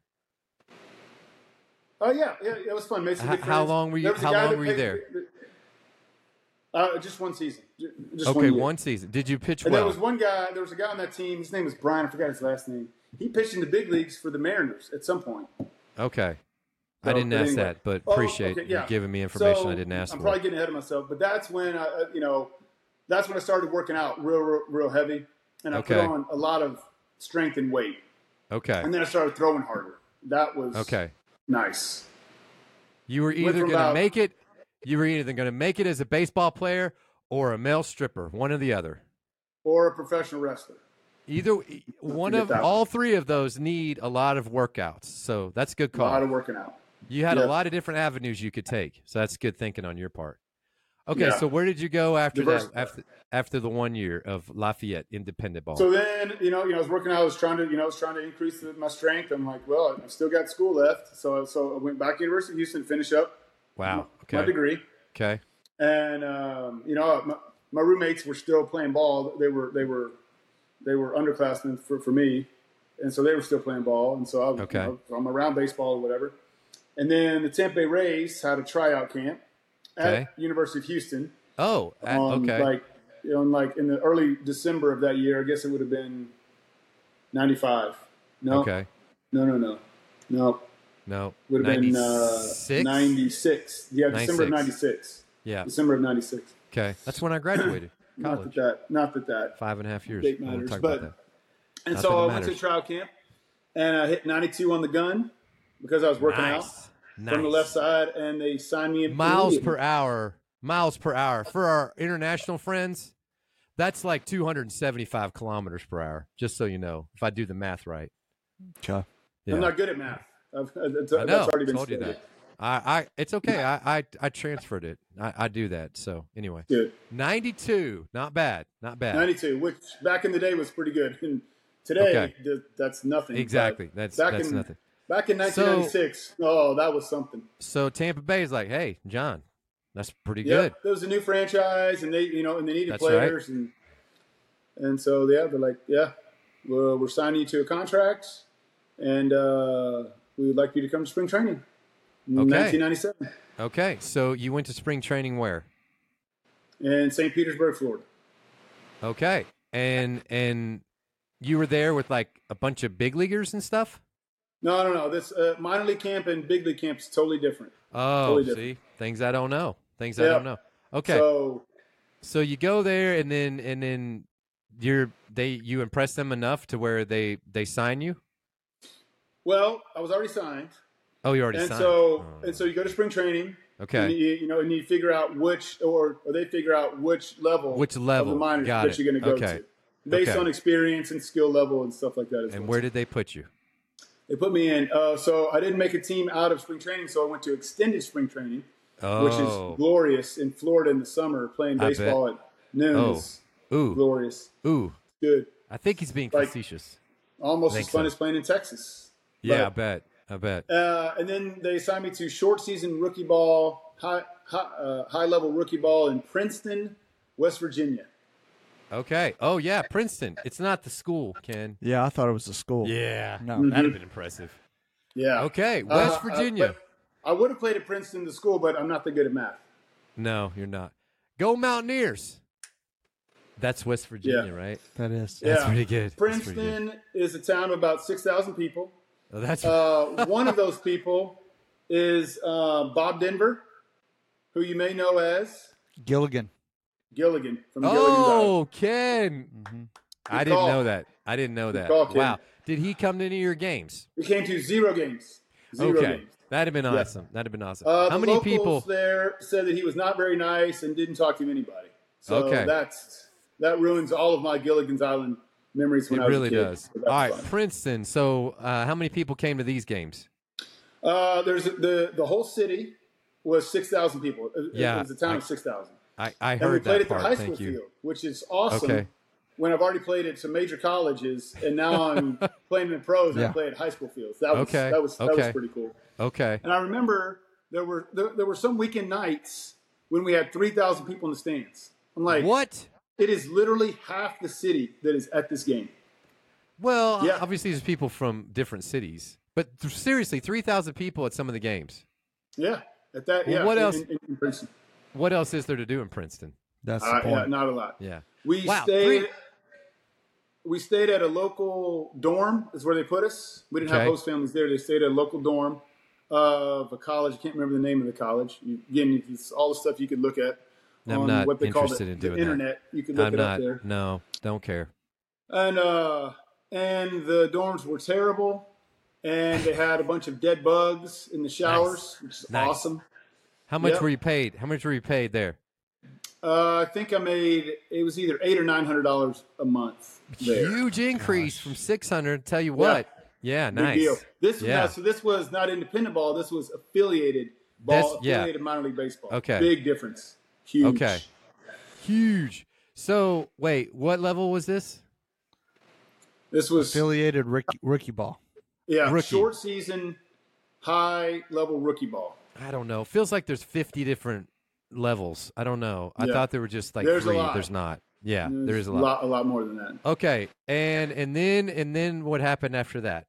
Speaker 3: Oh yeah, yeah, yeah, it was fun. Made some
Speaker 2: How-
Speaker 3: good
Speaker 2: how
Speaker 3: friends.
Speaker 2: long were you-
Speaker 3: There was a
Speaker 2: how
Speaker 3: guy
Speaker 2: long
Speaker 3: that
Speaker 2: were you
Speaker 3: played- Uh, just one season. Ju- Just
Speaker 2: okay,
Speaker 3: one. year.
Speaker 2: one season. Did you pitch
Speaker 3: And
Speaker 2: well?
Speaker 3: there was one guy. There was a guy on that team. His name was Brian. I forgot his last name. He pitched in the big leagues for the Mariners at some point.
Speaker 2: okay. I
Speaker 3: So,
Speaker 2: didn't
Speaker 3: Um, but
Speaker 2: ask
Speaker 3: anyway.
Speaker 2: that, but
Speaker 3: Oh,
Speaker 2: appreciate
Speaker 3: okay,
Speaker 2: you
Speaker 3: yeah.
Speaker 2: giving me information
Speaker 3: So,
Speaker 2: I didn't ask
Speaker 3: I'm
Speaker 2: for.
Speaker 3: probably getting ahead of myself, but that's when I, uh, you know, that's when I started working out real, real, real heavy, and I
Speaker 2: Okay.
Speaker 3: put on a lot of strength and weight,
Speaker 2: okay.
Speaker 3: and then I started throwing harder. That was
Speaker 2: Okay.
Speaker 3: nice.
Speaker 2: You were either
Speaker 3: from
Speaker 2: going to
Speaker 3: about-
Speaker 2: make it, you were either going to make it as a baseball player or a male stripper, one or the other.
Speaker 3: Or a professional wrestler.
Speaker 2: Either e, one
Speaker 3: get
Speaker 2: of
Speaker 3: that one.
Speaker 2: all three of those need a lot of workouts. So that's a good
Speaker 3: A
Speaker 2: call.
Speaker 3: lot of working out.
Speaker 2: You had a
Speaker 3: Yeah.
Speaker 2: lot of different avenues you could take, so that's good thinking on your part. Okay,
Speaker 3: Yeah.
Speaker 2: so where did you go after that?
Speaker 3: Diversify.
Speaker 2: After after the one year of Lafayette Independent Ball.
Speaker 3: So then, you know, you know, I was working out. I was trying to, you know, I was trying to increase the, my strength. I'm like, well, I've still got school left, so so I went back to University of Houston to finish up
Speaker 2: wow.
Speaker 3: my
Speaker 2: Okay.
Speaker 3: degree.
Speaker 2: Okay.
Speaker 3: and um, you know, my, my roommates were still playing ball. They were they were they were underclassmen for, for me, and so they were still playing ball. And so I, was-
Speaker 2: Okay.
Speaker 3: you know, I'm around baseball or whatever. And then the Tampa Bay Rays had a tryout camp at
Speaker 2: Okay.
Speaker 3: University of Houston.
Speaker 2: Oh, uh,
Speaker 3: on,
Speaker 2: okay.
Speaker 3: Um, Like you know, in like in the early December of that year, I guess it would have been ninety five. No,
Speaker 2: okay.
Speaker 3: no, no, no, no.
Speaker 2: No.
Speaker 3: Would have been uh,
Speaker 2: 96?
Speaker 3: ninety six. Yeah, December of ninety
Speaker 2: 96.
Speaker 3: six.
Speaker 2: Yeah.
Speaker 3: December of ninety six.
Speaker 2: Okay. That's when I graduated
Speaker 3: *laughs* Not that
Speaker 2: college.
Speaker 3: that. Not that that.
Speaker 2: Five and a half years.
Speaker 3: Date
Speaker 2: I wanna
Speaker 3: matters,
Speaker 2: talk
Speaker 3: but-
Speaker 2: about
Speaker 3: And
Speaker 2: Not that
Speaker 3: so
Speaker 2: it
Speaker 3: I went to
Speaker 2: matters.
Speaker 3: trial camp, and I hit ninety two on the gun because I was
Speaker 2: that.
Speaker 3: working out
Speaker 2: Nice. Nice.
Speaker 3: from the left side, and they signed me in
Speaker 2: miles per
Speaker 3: immediately.
Speaker 2: hour miles per hour for our international friends that's like 275 kilometers per hour just so you know if i do the math right
Speaker 1: Okay.
Speaker 2: yeah
Speaker 3: I'm not good at math. I've, uh, that's,
Speaker 2: i know
Speaker 3: that's already been
Speaker 2: told you
Speaker 3: stated.
Speaker 2: that I, I it's okay I, I i transferred it i i do that so anyway
Speaker 3: Good.
Speaker 2: 92 not bad not bad
Speaker 3: 92, which back in the day was pretty good. *laughs* And today,
Speaker 2: Okay.
Speaker 3: th- that's nothing. but
Speaker 2: exactly that's
Speaker 3: back
Speaker 2: that's
Speaker 3: in-
Speaker 2: nothing
Speaker 3: Back in 1996, oh, that was something.
Speaker 2: so tampa bay is like hey john that's pretty
Speaker 3: Yeah,
Speaker 2: good
Speaker 3: There was a new franchise, and they, you know, and they needed
Speaker 2: That's right.
Speaker 3: players, and and so yeah, they're like, yeah, we're, we're signing you to a contract, and uh, we would like you to come to spring training. in
Speaker 2: Okay.
Speaker 3: 1997
Speaker 2: okay so you went to spring training where
Speaker 3: in St. Petersburg, Florida.
Speaker 2: Okay. And and you were there with like a bunch of big leaguers and stuff?
Speaker 3: No, no, no. This uh, minor league camp and big league camp is totally different.
Speaker 2: Oh,
Speaker 3: Totally
Speaker 2: see.
Speaker 3: different.
Speaker 2: Things I don't know. Things I
Speaker 3: Yeah.
Speaker 2: don't know. Okay. So,
Speaker 3: So
Speaker 2: you go there and then and then you're they you impress them enough to where they they sign you?
Speaker 3: well, I was already signed.
Speaker 2: Oh, you already
Speaker 3: and
Speaker 2: signed.
Speaker 3: so
Speaker 2: Oh.
Speaker 3: and so you go to spring training and
Speaker 2: Okay.
Speaker 3: you, you know and you figure out which or, or they figure out which level
Speaker 2: Which level.
Speaker 3: of the minors
Speaker 2: Got
Speaker 3: that
Speaker 2: it.
Speaker 3: you're going to go
Speaker 2: Okay.
Speaker 3: to based
Speaker 2: Okay.
Speaker 3: on experience and skill level and stuff like that as
Speaker 2: And
Speaker 3: well
Speaker 2: where did they put you?
Speaker 3: they put me in uh, so i didn't make a team out of spring training so i went to extended spring training which
Speaker 2: Oh.
Speaker 3: is glorious in florida in the summer playing
Speaker 2: I bet.
Speaker 3: baseball at noon
Speaker 2: Oh.
Speaker 3: is
Speaker 2: Ooh.
Speaker 3: glorious
Speaker 2: Ooh.
Speaker 3: good
Speaker 2: I think he's being
Speaker 3: Like-
Speaker 2: facetious.
Speaker 3: almost
Speaker 2: Makes
Speaker 3: as fun
Speaker 2: sense.
Speaker 3: as playing in texas
Speaker 2: Yeah,
Speaker 3: But-
Speaker 2: I bet. I bet.
Speaker 3: Uh, and then they assigned me to short season rookie ball, high, high, uh, high level rookie ball in Princeton, West Virginia.
Speaker 2: Okay. Oh yeah, Princeton. It's not the school, Ken.
Speaker 1: Yeah, I thought it was a school.
Speaker 2: Yeah.
Speaker 1: No.
Speaker 2: That'd have been impressive.
Speaker 3: Yeah.
Speaker 2: Okay,
Speaker 3: Mm-hmm. Uh,
Speaker 2: West
Speaker 3: uh,
Speaker 2: Virginia.
Speaker 3: but I would have played at Princeton, the school, but I'm not that good at math.
Speaker 2: no, you're not. Go Mountaineers. That's West Virginia, right?
Speaker 1: That is.
Speaker 2: That's
Speaker 3: Yeah.
Speaker 2: pretty good. That's pretty good.
Speaker 3: Princeton is a town of about 6,000 people.
Speaker 2: Oh, that's
Speaker 3: Uh, one of those people is uh, Bob Denver, who you may know as
Speaker 1: Gilligan.
Speaker 3: Gilligan from Gilligan's
Speaker 2: oh Ken. I
Speaker 3: Good
Speaker 2: didn't
Speaker 3: call.
Speaker 2: know that. I didn't know that.
Speaker 3: call, Ken.
Speaker 2: wow. Did he come to any of your games?
Speaker 3: Island. We came to zero games. Zero
Speaker 2: okay.
Speaker 3: games.
Speaker 2: That'd have been awesome. That'd have been awesome.
Speaker 3: Uh,
Speaker 2: How
Speaker 3: the
Speaker 2: many
Speaker 3: locals
Speaker 2: people?
Speaker 3: there said that he was not very nice and didn't talk to anybody. So
Speaker 2: Okay.
Speaker 3: that's that ruins all of my Gilligan's Island memories when
Speaker 2: It
Speaker 3: I was
Speaker 2: really
Speaker 3: a kid.
Speaker 2: does.
Speaker 3: So that's
Speaker 2: All right,
Speaker 3: fun.
Speaker 2: Princeton. So, uh, how many people came to these games?
Speaker 3: Uh, there's the the whole city was six thousand people. It,
Speaker 2: Yeah,
Speaker 3: it was a town
Speaker 2: I
Speaker 3: of six thousand,
Speaker 2: I, I
Speaker 3: and we
Speaker 2: heard
Speaker 3: played
Speaker 2: that
Speaker 3: at their
Speaker 2: part.
Speaker 3: high school
Speaker 2: Thank you.
Speaker 3: field, which is awesome.
Speaker 2: Okay.
Speaker 3: When I've already played at some major colleges,
Speaker 2: *laughs*
Speaker 3: and now I'm playing in the pros, and
Speaker 1: Yeah.
Speaker 3: I play at high school fields. That was
Speaker 2: Okay,
Speaker 3: that was that
Speaker 2: okay.
Speaker 3: was pretty cool.
Speaker 2: Okay.
Speaker 3: And I remember there were there, there were some weekend nights when we had three thousand people in the stands. I'm like,
Speaker 2: What?
Speaker 3: It is literally half the city that is at this game.
Speaker 2: Well,
Speaker 3: Yeah.
Speaker 2: obviously there's people from different cities, but th- seriously, three thousand people at some of the games.
Speaker 3: Yeah, at that.
Speaker 2: Well,
Speaker 3: yeah,
Speaker 2: what
Speaker 3: in-
Speaker 2: else?
Speaker 3: In, in, in Princeton.
Speaker 2: What else is there to do in Princeton?
Speaker 1: That's
Speaker 3: Uh,
Speaker 1: the
Speaker 3: yeah,
Speaker 1: point.
Speaker 3: not a lot.
Speaker 2: Yeah.
Speaker 3: We
Speaker 2: Wow,
Speaker 3: stayed.
Speaker 2: three-
Speaker 3: We stayed at a local dorm. Is where they put us. We didn't have
Speaker 2: Okay.
Speaker 3: host families there. They stayed at a local dorm of a college. I can't remember the name of the college. You, again, it's all the stuff you could look at
Speaker 2: I'm
Speaker 3: on
Speaker 2: not
Speaker 3: what they call the,
Speaker 2: interested in
Speaker 3: the
Speaker 2: doing that.
Speaker 3: internet. You could look
Speaker 2: I'm
Speaker 3: it
Speaker 2: not.
Speaker 3: up there.
Speaker 2: No, don't care.
Speaker 3: And uh, and the dorms were terrible. And they had a bunch of dead bugs in the showers, which is
Speaker 2: Nice.
Speaker 3: awesome.
Speaker 2: How much
Speaker 3: Yep.
Speaker 2: were you paid? How much were you paid there?
Speaker 3: Uh, I think I made it was either eight or nine hundred dollars a month. There.
Speaker 2: Huge increase from six hundred. Tell you what. Yeah.
Speaker 3: Big
Speaker 2: nice.
Speaker 3: deal. This was
Speaker 2: Yeah.
Speaker 3: not, so this was not independent ball. This was affiliated ball,
Speaker 2: That's- yeah.
Speaker 3: affiliated minor league baseball.
Speaker 2: Okay.
Speaker 3: big difference. Huge.
Speaker 2: Okay. Huge. So wait, what level was this?
Speaker 3: This was
Speaker 1: Affiliated rookie, rookie ball.
Speaker 3: yeah
Speaker 2: rookie.
Speaker 3: short season, high level rookie ball.
Speaker 2: I don't know. Feels like there's fifty different levels. I don't know. I
Speaker 3: Yeah.
Speaker 2: thought there were just like
Speaker 3: There's a
Speaker 2: three.
Speaker 3: lot.
Speaker 2: There's not. Yeah, there is a lot.
Speaker 3: a lot more than that.
Speaker 2: Okay, and and then and then what happened after that?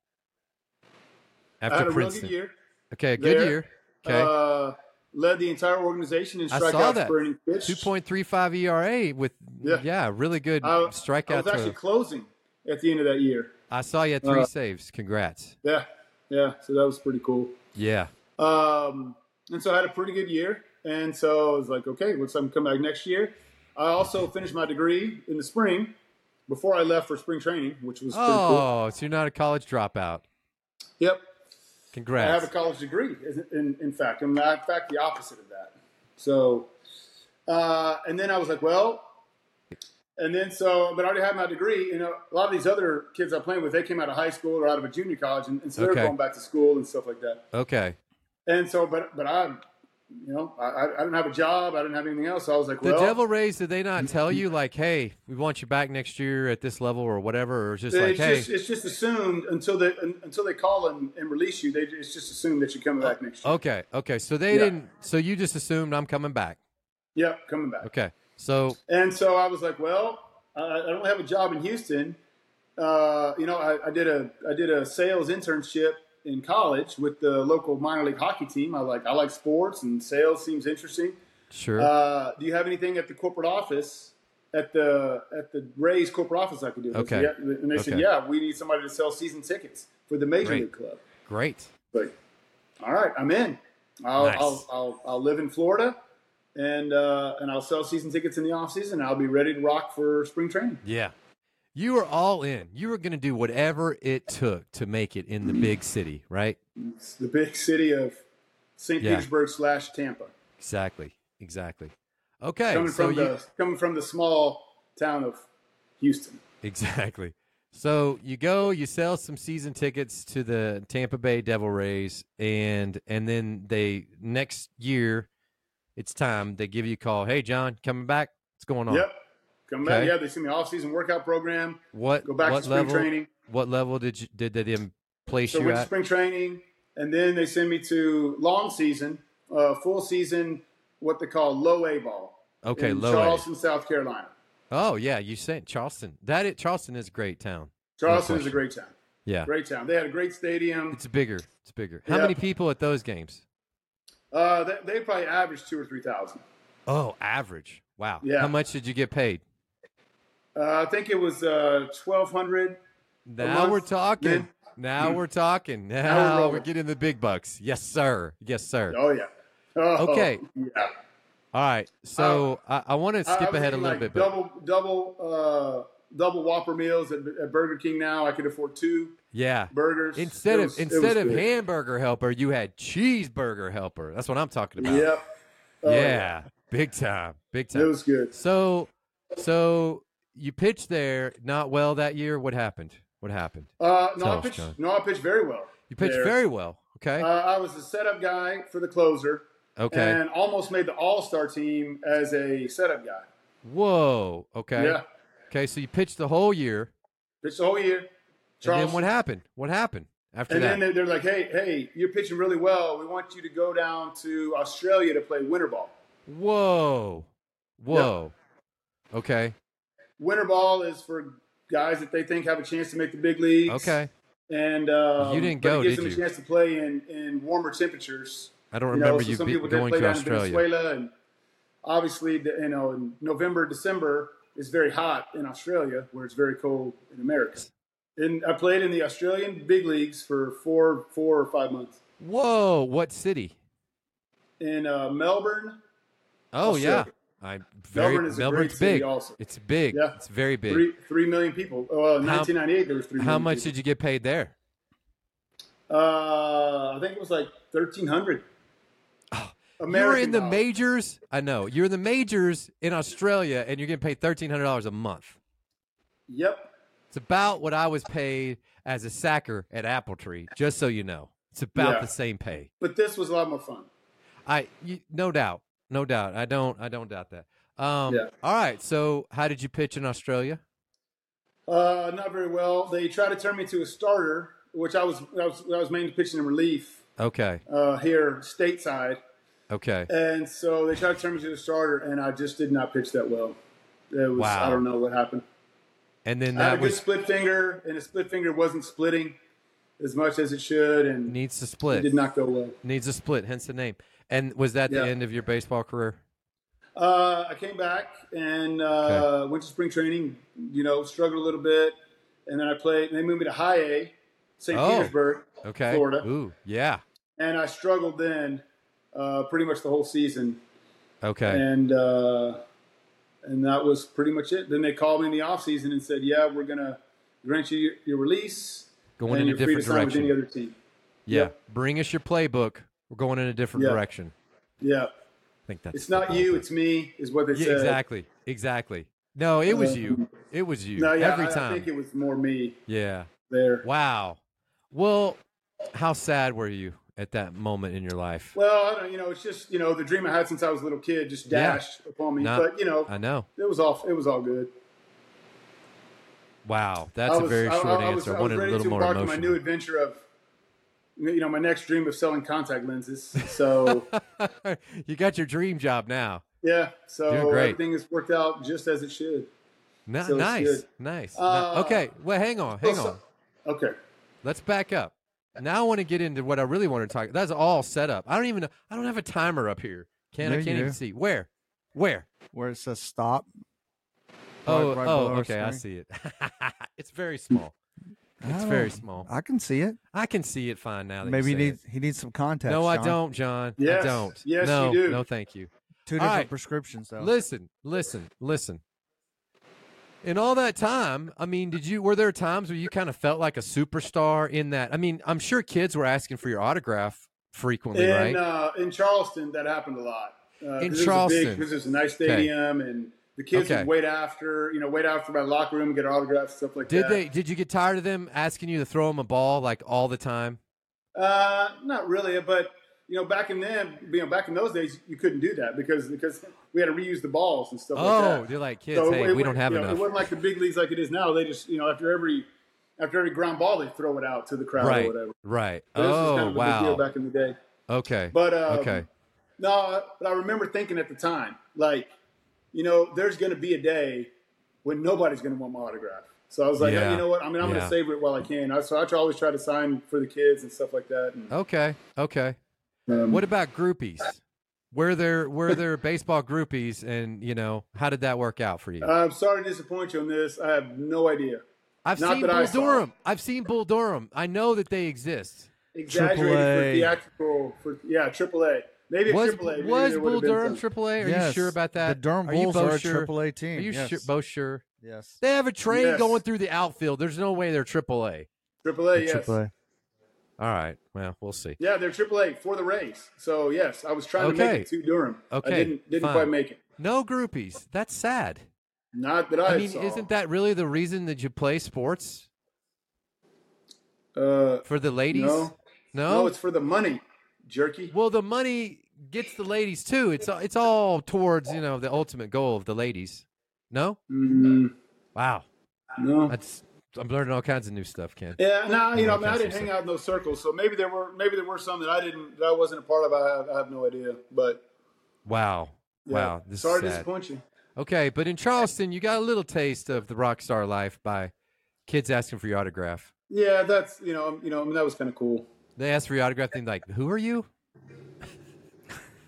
Speaker 3: I had
Speaker 2: After
Speaker 3: a real good
Speaker 2: Princeton.
Speaker 3: year.
Speaker 2: Okay, good
Speaker 3: there.
Speaker 2: year. Okay,
Speaker 3: Uh, led the entire organization in
Speaker 2: I saw
Speaker 3: strikeouts
Speaker 2: that.
Speaker 3: per inning pitched.
Speaker 2: two point three five ERA with yeah,
Speaker 3: Yeah.
Speaker 2: really good
Speaker 3: I- I
Speaker 2: strikeout.
Speaker 3: was
Speaker 2: to- I,
Speaker 3: actually closing at the end of that year.
Speaker 2: saw you had three
Speaker 3: uh,
Speaker 2: saves. Congrats.
Speaker 3: Yeah, yeah. So that was pretty cool.
Speaker 2: Yeah,
Speaker 3: Um, and so I had a pretty good year. And so I was like, okay, let's I'm coming back next year. I also finished my degree in the spring before I left for spring training, which was pretty cool.
Speaker 2: Oh, so you're not a college dropout.
Speaker 3: Yep. I have
Speaker 2: Congrats.
Speaker 3: a college degree, in, in, in fact. I'm not, in fact, the opposite of that. So, uh, and then I was like, well, and then so, but I already had my degree. You know, a lot of these other kids I'm playing with, they came out of high school or out of a junior college, and, and so they're
Speaker 2: Okay.
Speaker 3: going back to school and stuff like that.
Speaker 2: okay.
Speaker 3: And so, but but I, you know, I, I- I didn't have a job. I didn't have anything else. So I was like,
Speaker 2: The
Speaker 3: well,
Speaker 2: Devil Rays, did they not tell
Speaker 3: *laughs*
Speaker 2: you like, hey, we want you back next year at this level or whatever, or just
Speaker 3: it's,
Speaker 2: like, hey,
Speaker 3: just, it's just assumed until they un- until they call and, and release you. They it's just assumed that you're coming back next year.
Speaker 2: okay, okay. So they
Speaker 3: Yeah.
Speaker 2: didn't. So you just assumed I'm coming back.
Speaker 3: Yep, coming back.
Speaker 2: Okay. So
Speaker 3: And so I was like, well, I, I don't have a job in Houston. Uh, you know, I, I did a I did a sales internship in college with the local minor league hockey team. I like I like sports and sales seems interesting.
Speaker 2: sure.
Speaker 3: Uh, do you have anything at the corporate office at the at the Rays corporate office I could do? I said,
Speaker 2: Okay.
Speaker 3: yeah. And they said,
Speaker 2: Okay.
Speaker 3: yeah, we need somebody to sell season tickets for the major
Speaker 2: Great.
Speaker 3: league club.
Speaker 2: Great.
Speaker 3: Like, all right, I'm in. I'll
Speaker 2: Nice.
Speaker 3: I'll, I'll I'll live in Florida, and uh, and I'll sell season tickets in the off season. I'll be ready to rock for spring training.
Speaker 2: Yeah. You were all in. You were going to do whatever it took to make it in the
Speaker 3: *clears throat*
Speaker 2: big city, right?
Speaker 3: It's the big *laughs* city of St.
Speaker 2: Yeah.
Speaker 3: Petersburg slash Tampa.
Speaker 2: Exactly. Exactly. Okay.
Speaker 3: Coming
Speaker 2: so
Speaker 3: from
Speaker 2: you,
Speaker 3: the coming from the small town of Houston.
Speaker 2: *laughs* Exactly. So you go, you sell some season tickets to the Tampa Bay Devil Rays, and and then they next year, it's time they give you a call. Hey, John, coming back? What's going on?
Speaker 3: Yep. Come back.
Speaker 2: Okay.
Speaker 3: Yeah, they send me off season workout program.
Speaker 2: What
Speaker 3: Go back
Speaker 2: what
Speaker 3: to spring
Speaker 2: level?
Speaker 3: training.
Speaker 2: What level did you did they then place
Speaker 3: So I
Speaker 2: you
Speaker 3: went to
Speaker 2: at?
Speaker 3: spring training, and then they send me to long season, uh, full season, what they call low A ball.
Speaker 2: Okay,
Speaker 3: in
Speaker 2: low. A.
Speaker 3: Charleston, South Carolina.
Speaker 2: Oh yeah, you said Charleston. That it Charleston is a great town.
Speaker 3: Charleston is a
Speaker 2: question.
Speaker 3: great town.
Speaker 2: Yeah,
Speaker 3: Great town. They had a great stadium.
Speaker 2: it's bigger. It's bigger. How
Speaker 3: Yeah.
Speaker 2: many people at those games?
Speaker 3: Uh, they, they probably averaged two or three thousand.
Speaker 2: Oh, average. Wow.
Speaker 3: Yeah.
Speaker 2: How much did you get paid?
Speaker 3: Uh, I think it was uh, twelve hundred.
Speaker 2: Now
Speaker 3: month,
Speaker 2: we're talking.
Speaker 3: then-
Speaker 2: Now we're
Speaker 3: *laughs*
Speaker 2: talking.
Speaker 3: we're
Speaker 2: Now we're
Speaker 3: rolling.
Speaker 2: getting the big bucks. Yes, sir. Yes, sir.
Speaker 3: Oh yeah. Oh,
Speaker 2: Okay.
Speaker 3: Yeah.
Speaker 2: All right. So I, I want to
Speaker 3: Uh, I- I
Speaker 2: skip
Speaker 3: was
Speaker 2: ahead a
Speaker 3: eating,
Speaker 2: little
Speaker 3: like,
Speaker 2: bit, but
Speaker 3: Double double uh, double Whopper meals at, at Burger King. Now I could afford two
Speaker 2: yeah.
Speaker 3: burgers
Speaker 2: Instead of
Speaker 3: It was- it was
Speaker 2: instead of
Speaker 3: good.
Speaker 2: hamburger helper, you had cheeseburger helper. That's what I'm talking about.
Speaker 3: Yep. Oh,
Speaker 2: yeah. Big time. Big
Speaker 3: It
Speaker 2: time.
Speaker 3: was good.
Speaker 2: So so you pitched there not well that year. What happened? What happened?
Speaker 3: Uh, no,
Speaker 2: Tell
Speaker 3: I
Speaker 2: us,
Speaker 3: pitched.
Speaker 2: John.
Speaker 3: No, I pitched very well.
Speaker 2: You pitched
Speaker 3: there.
Speaker 2: very well. Okay.
Speaker 3: Uh, I was the setup guy for the closer,
Speaker 2: okay.
Speaker 3: and almost made the All Star team as a setup guy.
Speaker 2: Whoa. Okay.
Speaker 3: Yeah,
Speaker 2: Okay. So you pitched the whole year.
Speaker 3: pitched the whole year.
Speaker 2: And
Speaker 3: Charles,
Speaker 2: then what happened? What happened after
Speaker 3: and
Speaker 2: that?
Speaker 3: then they- they're like, "Hey, hey, you're pitching really well. We want you to go down to Australia to play winter ball.
Speaker 2: Whoa. Whoa. Okay.
Speaker 3: Winter ball is for guys that they think have a chance to make the big leagues.
Speaker 2: Okay.
Speaker 3: and um,
Speaker 2: You didn't
Speaker 3: but
Speaker 2: go,
Speaker 3: It gives
Speaker 2: did
Speaker 3: them
Speaker 2: you?
Speaker 3: a chance to play in, in warmer temperatures.
Speaker 2: I don't
Speaker 3: You know,
Speaker 2: remember
Speaker 3: so
Speaker 2: you,
Speaker 3: some
Speaker 2: be-
Speaker 3: people did
Speaker 2: going
Speaker 3: play
Speaker 2: to
Speaker 3: down in
Speaker 2: Australia.
Speaker 3: Venezuela, and obviously, the, you know, in November, December is very hot in Australia, where it's very cold in America. And I played in the Australian big leagues for four, four or five months
Speaker 2: Whoa. What city?
Speaker 3: in uh, Melbourne.
Speaker 2: Oh, yeah.
Speaker 3: Australia.
Speaker 2: I'm very,
Speaker 3: Melbourne is a
Speaker 2: Melbourne's
Speaker 3: great
Speaker 2: big.
Speaker 3: city also.
Speaker 2: It's big.
Speaker 3: Yeah.
Speaker 2: It's very big.
Speaker 3: Three, three million people. Uh, Well, in
Speaker 2: How-
Speaker 3: 1998, there was three.
Speaker 2: How much did you get paid there?
Speaker 3: you? Uh, I think it was like 1,300.
Speaker 2: Oh, You were in the
Speaker 3: dollars.
Speaker 2: majors. I know. You're in the majors in Australia and you're getting paid $1,300 a month.
Speaker 3: Yep.
Speaker 2: It's about what I was paid as a sacker at Apple Tree, just so you know. It's about
Speaker 3: Yeah.
Speaker 2: the same pay.
Speaker 3: But this was a lot more fun.
Speaker 2: I you, no doubt, no doubt. I don't, I don't doubt that. Um,
Speaker 3: Yeah.
Speaker 2: All right. So, how did you pitch in Australia?
Speaker 3: Uh, not very well. They tried to turn me to a starter, which I was I was, I was mainly pitching in relief
Speaker 2: Okay.
Speaker 3: uh, here stateside.
Speaker 2: Okay.
Speaker 3: And so they tried to turn me to the starter, and I just did not pitch that well. It was
Speaker 2: Wow.
Speaker 3: I don't know what happened.
Speaker 2: And then
Speaker 3: I had a
Speaker 2: that
Speaker 3: good
Speaker 2: was
Speaker 3: split finger, and the split finger wasn't splitting as much as it should, and
Speaker 2: needs to
Speaker 3: it did
Speaker 2: split.
Speaker 3: not go well.
Speaker 2: Needs a split, hence the name. And was that
Speaker 3: Yeah.
Speaker 2: the end of your baseball career?
Speaker 3: Uh, I came back and uh,
Speaker 2: Okay.
Speaker 3: went to spring training. You know, struggled a little bit, and then I played. They moved me to High A, St.
Speaker 2: Oh.
Speaker 3: Petersburg,
Speaker 2: Okay.
Speaker 3: Florida.
Speaker 2: Ooh, yeah.
Speaker 3: and I struggled then uh, pretty much the whole season,
Speaker 2: Okay.
Speaker 3: and uh, and that was pretty much it. Then they called me in the off season and said, "Yeah, we're gonna grant you your, your release,
Speaker 2: Going
Speaker 3: and
Speaker 2: in a
Speaker 3: you're free to
Speaker 2: different
Speaker 3: sign with any
Speaker 2: direction.
Speaker 3: other team."
Speaker 2: Yeah.
Speaker 3: Yep.
Speaker 2: Bring us your playbook. We're going in a different
Speaker 3: Yeah.
Speaker 2: direction.
Speaker 3: Yeah,
Speaker 2: I think that's
Speaker 3: it's not you, it's me, is what they
Speaker 2: yeah,
Speaker 3: said.
Speaker 2: exactly. Exactly. No, it was
Speaker 3: Um,
Speaker 2: you. It was you.
Speaker 3: No, yeah,
Speaker 2: Every
Speaker 3: I,
Speaker 2: time.
Speaker 3: I think it was more me
Speaker 2: yeah.
Speaker 3: there.
Speaker 2: Wow. Well, how sad were you at that moment in your life?
Speaker 3: Well, I don't, you know, it's just you know the dream I had since I was a little kid just
Speaker 2: Yeah.
Speaker 3: dashed upon me.
Speaker 2: No,
Speaker 3: but you know,
Speaker 2: I know.
Speaker 3: it was all it was all good.
Speaker 2: Wow. That's
Speaker 3: I was,
Speaker 2: a very
Speaker 3: I- I-
Speaker 2: short
Speaker 3: I, was-
Speaker 2: answer. I,
Speaker 3: I was
Speaker 2: wanted
Speaker 3: ready
Speaker 2: a little
Speaker 3: to
Speaker 2: more
Speaker 3: embark on my new
Speaker 2: emotion.
Speaker 3: adventure of you know my next dream of selling
Speaker 2: *laughs*
Speaker 3: contact lenses. So
Speaker 2: you got your dream job now. Doing
Speaker 3: yeah, so
Speaker 2: great.
Speaker 3: everything has worked out just as it should.
Speaker 2: Ni-
Speaker 3: So it's
Speaker 2: nice.
Speaker 3: good.
Speaker 2: Nice. Ni-
Speaker 3: Uh,
Speaker 2: okay. Well, hang on. Hang
Speaker 3: so-
Speaker 2: on.
Speaker 3: Okay,
Speaker 2: Let's back up. Now I want to get into what I really want to talk. That's all set up. I don't even know. I don't have a timer up here. Can
Speaker 1: Yeah,
Speaker 2: I
Speaker 1: you
Speaker 2: can't even
Speaker 1: do.
Speaker 2: see where? Where?
Speaker 1: where it says stop.
Speaker 2: Oh,
Speaker 1: right
Speaker 2: oh,
Speaker 1: below our
Speaker 2: okay. I
Speaker 1: screen.
Speaker 2: see it. *laughs* it's very small. It's
Speaker 1: I
Speaker 2: very
Speaker 1: don't-
Speaker 2: small.
Speaker 1: I can see it.
Speaker 2: I can see it fine now. That
Speaker 1: Oh. Maybe
Speaker 2: you
Speaker 1: he
Speaker 2: say it.
Speaker 1: needs he needs some contact.
Speaker 2: No, I
Speaker 1: Sean.
Speaker 2: don't, John.
Speaker 3: Yes.
Speaker 2: I don't.
Speaker 3: Yes, you
Speaker 2: no,
Speaker 3: do.
Speaker 2: No, thank you.
Speaker 1: Two
Speaker 2: All
Speaker 1: different
Speaker 2: right.
Speaker 1: prescriptions though.
Speaker 2: Listen, listen, listen. In all that time, I mean, did you were there times where you kind of felt like a superstar in that? I mean, I'm sure kids were asking for your autograph frequently,
Speaker 3: in
Speaker 2: right?
Speaker 3: uh, in Charleston that happened a lot. Uh,
Speaker 2: In
Speaker 3: 'cause it was a big-
Speaker 2: Charleston.
Speaker 3: 'cause it was a nice
Speaker 2: Okay.
Speaker 3: stadium, and the kids
Speaker 2: Okay.
Speaker 3: would wait after you know wait after my locker room, get autographs, stuff like
Speaker 2: did
Speaker 3: that.
Speaker 2: they did you get tired of them asking you to throw them a ball like all the time?
Speaker 3: Uh, not really, but you know, back in then, you know, back in those days, you couldn't do that because because we had to reuse the balls and stuff.
Speaker 2: oh,
Speaker 3: like that.
Speaker 2: they're like kids,
Speaker 3: So
Speaker 2: hey,
Speaker 3: it
Speaker 2: we
Speaker 3: wa-
Speaker 2: don't have
Speaker 3: you know,
Speaker 2: enough.
Speaker 3: It wasn't like the big leagues like it is now. They just you know after every after every ground ball, they throw it out to the crowd
Speaker 2: right.
Speaker 3: or whatever.
Speaker 2: Right.
Speaker 3: So this was
Speaker 2: oh
Speaker 3: kind of a big deal
Speaker 2: wow.
Speaker 3: back in the day.
Speaker 2: Okay.
Speaker 3: But um,
Speaker 2: okay.
Speaker 3: no, but I remember thinking at the time, like, you know, there's going to be a day when nobody's going to want my autograph. So I was like, "Oh,
Speaker 2: Yeah.
Speaker 3: you know what? I mean, I'm going
Speaker 2: Yeah.
Speaker 3: to savor it while I can. I, so I try, always try to sign for the kids and stuff like that. And,
Speaker 2: Okay. Okay.
Speaker 3: um,
Speaker 2: Oh, What about groupies? Were there were there baseball groupies, and you know how did that work out for you?
Speaker 3: um, I'm sorry to disappoint you on this. I have no idea.
Speaker 2: I've
Speaker 3: not
Speaker 2: seen
Speaker 3: that I
Speaker 2: Bull
Speaker 3: saw.
Speaker 2: Durham. I've seen Bull Durham. I know that they exist.
Speaker 3: Exaggerated for
Speaker 1: AAA.
Speaker 3: theatrical. For, yeah, AAA. Maybe
Speaker 2: was
Speaker 3: it's AAA. Maybe
Speaker 2: was
Speaker 3: there would
Speaker 2: Bull
Speaker 3: have been
Speaker 2: Durham
Speaker 3: something.
Speaker 2: Triple A? Are you
Speaker 1: Yes.
Speaker 2: sure about that?
Speaker 1: The Durham
Speaker 2: are you
Speaker 1: Bulls
Speaker 2: both
Speaker 1: are a
Speaker 2: sure?
Speaker 1: triple A team.
Speaker 2: Are you
Speaker 1: yes.
Speaker 2: sure, both sure?
Speaker 1: yes.
Speaker 2: They have a train
Speaker 3: Yes.
Speaker 2: going through the outfield. There's no way they're Triple A. Oh,
Speaker 3: AAA. Yes.
Speaker 1: Triple A.
Speaker 2: All right. Well, we'll see.
Speaker 3: Yeah, they're AAA for the race. So yes, I was trying to
Speaker 2: Okay.
Speaker 3: make it to Durham.
Speaker 2: Okay,
Speaker 3: I didn't didn't
Speaker 2: fine.
Speaker 3: quite make it.
Speaker 2: No groupies. That's sad.
Speaker 3: Not that
Speaker 2: I
Speaker 3: I,
Speaker 2: mean,
Speaker 3: saw.
Speaker 2: isn't that really the reason that you play sports
Speaker 3: that uh,
Speaker 2: for the ladies?
Speaker 3: No.
Speaker 2: No?
Speaker 3: no? It's for the money, jerky.
Speaker 2: well, the money gets the ladies too. It's it's all towards you know the ultimate goal of the ladies. No.
Speaker 3: Mm,
Speaker 2: Wow.
Speaker 3: no.
Speaker 2: That's I'm learning all kinds of new stuff, Ken.
Speaker 3: Yeah, no, you know, I,
Speaker 2: Okay,
Speaker 3: mean, I didn't
Speaker 2: so-
Speaker 3: hang out in those circles, so maybe there were maybe there were some that I didn't that I wasn't a part of. I have, I have no idea, but
Speaker 2: Wow.
Speaker 3: yeah.
Speaker 2: Wow. This
Speaker 3: sorry
Speaker 2: is
Speaker 3: to
Speaker 2: sad.
Speaker 3: disappoint you.
Speaker 2: Okay, but in Charleston, you got a little taste of the rock star life by kids asking for your autograph.
Speaker 3: Yeah, that's you know, um, you know, I mean, that was kind of cool.
Speaker 2: They ask for your autograph, they're like, "Who are you?" *laughs*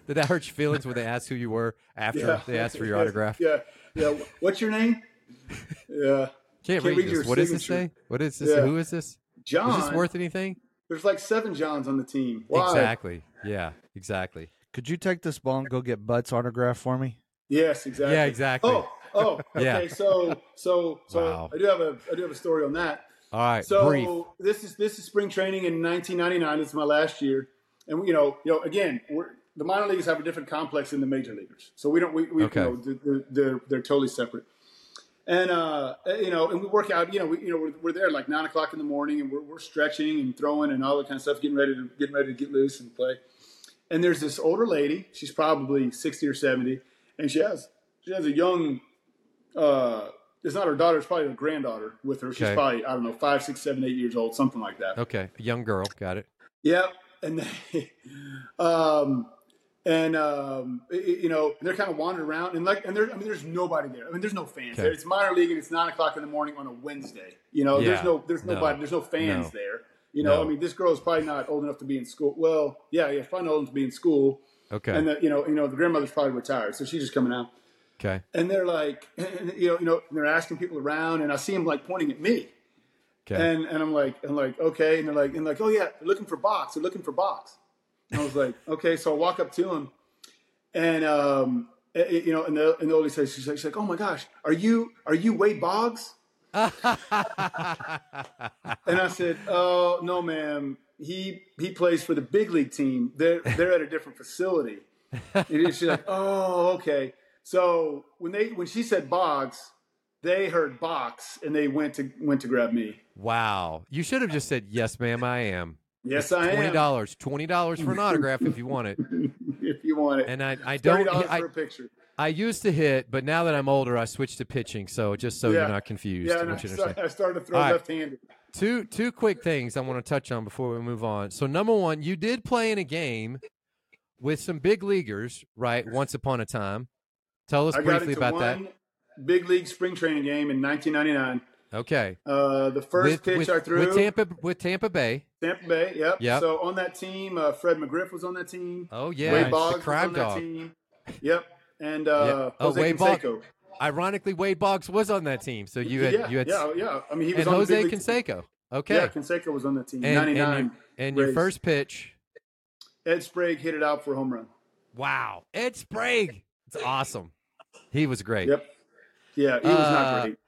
Speaker 2: Did that hurt your feelings when they asked who you were after they asked for your autograph?
Speaker 3: *laughs* Yeah, yeah. What's your name? yeah,
Speaker 2: Can't,
Speaker 3: Can't
Speaker 2: read,
Speaker 3: read
Speaker 2: this.
Speaker 3: your
Speaker 2: What does this say?
Speaker 3: signature.
Speaker 2: What is this?
Speaker 3: Yeah.
Speaker 2: Who is this?
Speaker 3: John.
Speaker 2: Is this worth anything?
Speaker 3: There's like seven Johns on the team. Why?
Speaker 2: Exactly. Yeah. Exactly.
Speaker 1: Could you take this ball and go get Butts autograph for me?
Speaker 3: Yes, exactly.
Speaker 2: Yeah. Exactly.
Speaker 3: Oh, oh.
Speaker 2: *laughs* Yeah.
Speaker 3: Okay, so so so
Speaker 2: Wow.
Speaker 3: I do have a I do have a story on that.
Speaker 2: All right.
Speaker 3: So
Speaker 2: brief.
Speaker 3: this is this is spring training in 1999. It's my last year, and you know, you know, again, we're, the minor leagues have a different complex than the major leaguers. So we don't, we, we
Speaker 2: Okay.
Speaker 3: you know, th- th- they're they're totally separate. And uh, you know, and we work out. You know, we you know we're, we're there like nine o'clock in the morning, and we're, we're stretching and throwing and all that kind of stuff, getting ready to getting ready to get loose and play. And there's this older lady. She's probably 60 or 70, and she has she has a young. Uh, it's not her daughter. It's probably her granddaughter with her. She's
Speaker 2: Okay.
Speaker 3: probably I don't know five, six, seven, eight years old, something like that.
Speaker 2: Okay. A young girl. Got it.
Speaker 3: Yep. And they, *laughs* um, and um, it- it- you know they're kind of wandering around and like and there I mean there's nobody there. I mean there's no fans
Speaker 2: Okay.
Speaker 3: there. It's minor league and it's nine o'clock in the morning on a Wednesday. You know
Speaker 2: Yeah.
Speaker 3: there's no there's
Speaker 2: No.
Speaker 3: nobody there's no fans
Speaker 2: No.
Speaker 3: there. You know
Speaker 2: No.
Speaker 3: I mean this girl's probably not old enough to be in school. Well yeah yeah probably not old enough to be in school.
Speaker 2: Okay.
Speaker 3: And the, you know you know the grandmother's probably retired so she's just coming out
Speaker 2: okay.
Speaker 3: and they're like *laughs* and, you know you know and they're asking people around and I see them like pointing at me
Speaker 2: Okay.
Speaker 3: *laughs* and and I'm like I'm like okay and they're like and like oh yeah they're looking for box they're looking for box and I was like *laughs* okay so I walk up to him and um eh, eh, you know and the and the oldie says she's like, she's like oh my gosh are you are you Wade Boggs and I said oh no ma'am he he plays for the big league team they're they're at a different facility and she's like oh okay so when they when she said Boggs they heard box and they went to went to grab me.
Speaker 2: *laughs* wow. You should have just said, yes, ma'am, I am.
Speaker 3: Yes, I
Speaker 2: Twenty
Speaker 3: am.
Speaker 2: dollars. Twenty dollars for an autograph if you want it.
Speaker 3: *laughs* if you want it.
Speaker 2: And I, I
Speaker 3: Thirty
Speaker 2: don't
Speaker 3: dollars
Speaker 2: I,
Speaker 3: for a picture.
Speaker 2: I used to hit, but now that I'm older, I switched to pitching. So just so
Speaker 3: Yeah.
Speaker 2: you're not confused,
Speaker 3: Yeah,
Speaker 2: I
Speaker 3: and I,
Speaker 2: want you to
Speaker 3: sta-
Speaker 2: understand.
Speaker 3: I started to throw
Speaker 2: All right.
Speaker 3: left-handed.
Speaker 2: Two two quick things I want to touch on before we move on. So number one, you did play in a game with some big leaguers, right? Once upon a time. Tell us
Speaker 3: I got
Speaker 2: briefly
Speaker 3: into
Speaker 2: about that.
Speaker 3: one big league spring training game in 1999.
Speaker 2: Okay.
Speaker 3: Uh, the first
Speaker 2: with,
Speaker 3: pitch
Speaker 2: with,
Speaker 3: I threw,
Speaker 2: with Tampa with Tampa Bay.
Speaker 3: Tampa Bay. Yep.
Speaker 2: Yep.
Speaker 3: So on that team, uh, Fred McGriff was on that team.
Speaker 2: Oh yeah,
Speaker 1: Nice.
Speaker 3: Wade Boggs
Speaker 2: the
Speaker 3: was
Speaker 2: crime
Speaker 3: on that
Speaker 2: dog.
Speaker 3: team. Yep. And uh,
Speaker 2: Oh,
Speaker 3: Jose
Speaker 2: Wade Boggs-
Speaker 3: Canseco.
Speaker 2: Ironically, Wade Boggs was on that team, so you had
Speaker 3: yeah,
Speaker 2: you had
Speaker 3: yeah, yeah. I mean, he was
Speaker 2: and
Speaker 3: on the
Speaker 2: Jose
Speaker 3: big league-
Speaker 2: Canseco. Okay,
Speaker 3: Yeah, Canseco was on that team.
Speaker 2: and, and,
Speaker 3: 99.
Speaker 2: your, and your
Speaker 3: Rays.
Speaker 2: first pitch.
Speaker 3: Ed Sprague hit it out for a home run.
Speaker 2: Wow, Ed Sprague. It's awesome. He was great.
Speaker 3: Yep. Yeah, he was
Speaker 2: Uh,
Speaker 3: not great.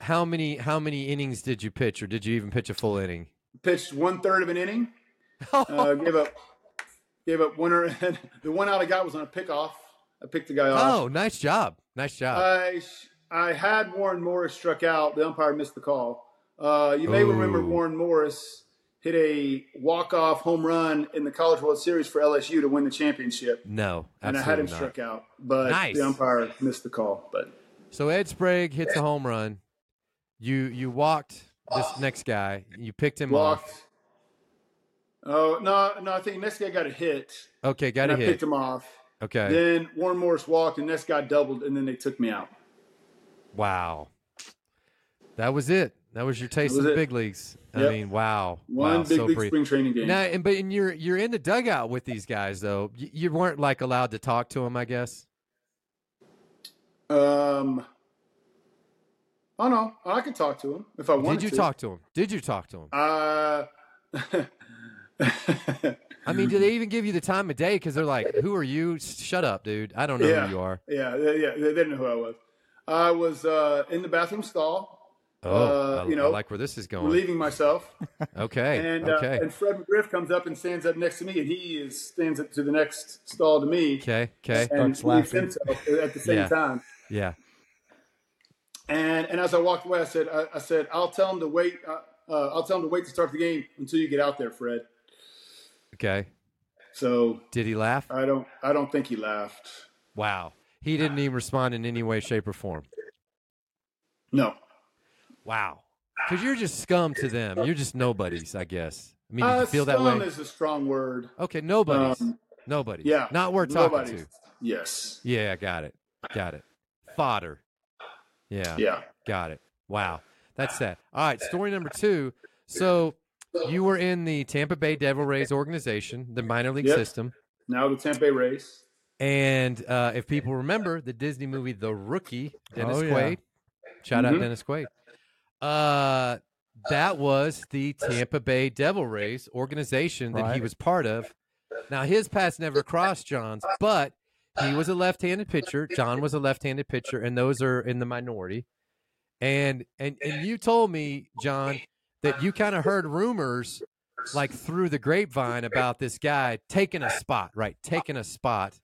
Speaker 2: How many how many innings did you pitch, or did you even pitch a full inning?
Speaker 3: Pitched one third of
Speaker 2: *laughs*
Speaker 3: an inning. Uh, gave up. Gave up one. or- *laughs* the one out I got was on a pickoff. I picked the guy off.
Speaker 2: oh, nice job, nice job.
Speaker 3: I sh- I had Warren Morris struck out. The umpire missed the call. Uh, you may remember
Speaker 2: Ooh.
Speaker 3: Warren Morris hit a walk off home run in the College World Series for LSU to win the championship,
Speaker 2: no, absolutely
Speaker 3: and I had him
Speaker 2: not.
Speaker 3: struck out. But
Speaker 2: Nice.
Speaker 3: the umpire missed the call. But
Speaker 2: So Ed Sprague hits a home run. You you walked this next guy. You picked him
Speaker 3: walked.
Speaker 2: off.
Speaker 3: Oh no, no! I think next guy got a hit,
Speaker 2: Okay, got
Speaker 3: and I
Speaker 2: a
Speaker 3: picked
Speaker 2: hit.
Speaker 3: him off.
Speaker 2: Okay.
Speaker 3: Then Warren Morris walked, and this guy doubled, and then they took me out.
Speaker 2: Wow. That was it. That was your taste
Speaker 3: That
Speaker 2: of
Speaker 3: was
Speaker 2: the
Speaker 3: it.
Speaker 2: big leagues. I
Speaker 3: Yep.
Speaker 2: mean, wow.
Speaker 3: One
Speaker 2: wow,
Speaker 3: big
Speaker 2: so
Speaker 3: league
Speaker 2: brief.
Speaker 3: spring training game.
Speaker 2: Now, and but and you're you're in the dugout with these guys though. You, you weren't like allowed to talk to them, I guess.
Speaker 3: Um, oh no, I could talk to him if I wanted.
Speaker 2: Did you
Speaker 3: to.
Speaker 2: talk to them? Did you talk to them?
Speaker 3: Uh, *laughs*
Speaker 2: I mean, do they even give you the time of day? Because they're like, "Who are you? Shut up, dude. I don't know
Speaker 3: yeah,
Speaker 2: who you are."
Speaker 3: yeah, they- yeah. They they didn't know who I was. I was uh, in the bathroom stall,
Speaker 2: Oh,
Speaker 3: Uh,
Speaker 2: I, I
Speaker 3: you know,
Speaker 2: like where this is going. *laughs*
Speaker 3: relieving myself,
Speaker 2: Okay,
Speaker 3: and uh,
Speaker 2: Oh. okay,
Speaker 3: and Fred McGriff comes up and stands up next to me, and he is stands up to the next stall to me,
Speaker 2: okay,
Speaker 3: *laughs*
Speaker 2: okay.
Speaker 3: and
Speaker 1: Starts
Speaker 3: relieves
Speaker 1: laughing.
Speaker 3: himself at the same
Speaker 2: Yeah.
Speaker 3: time.
Speaker 2: Yeah,
Speaker 3: And and as I walked away, I said, I, I said, I'll tell him to wait. Uh, uh, I'll tell him to wait to start the game until you get out there, Fred.
Speaker 2: okay.
Speaker 3: So
Speaker 2: Did he laugh?
Speaker 3: I don't, I don't think he laughed.
Speaker 2: Wow, he
Speaker 3: Ah.
Speaker 2: didn't even respond in any way, shape, or form.
Speaker 3: No,
Speaker 2: Wow. Because you're just scum to them. You're just nobodies, I guess. I mean, did
Speaker 3: uh,
Speaker 2: you feel that
Speaker 3: scum
Speaker 2: way?
Speaker 3: is a strong word.
Speaker 2: Okay, nobodies.
Speaker 3: um,
Speaker 2: nobodies.
Speaker 3: yeah,
Speaker 2: Not worth talking
Speaker 3: Nobody.
Speaker 2: to.
Speaker 3: Yes.
Speaker 2: Yeah, got it. Got it. Fodder. Yeah,
Speaker 3: Yeah.
Speaker 2: got it. Wow. That's that. All right, story number two. So you were in the Tampa Bay Devil Rays organization, the minor league
Speaker 3: Yep.
Speaker 2: system.
Speaker 3: Now the Tempe race.
Speaker 2: And uh, if people remember the Disney movie The Rookie, Dennis
Speaker 1: Oh, yeah.
Speaker 2: Quaid. Shout out
Speaker 3: Mhm.
Speaker 2: Dennis Quaid. Uh, that was the Tampa Bay Devil Rays organization that he
Speaker 1: Right.
Speaker 2: was part of. Now his paths never crossed John's, but he was a left-handed pitcher. John was a left-handed pitcher, and those are in the minority. And and and you told me, John, that you kind of heard rumors like through the grapevine about this guy taking a spot, right? Taking a spot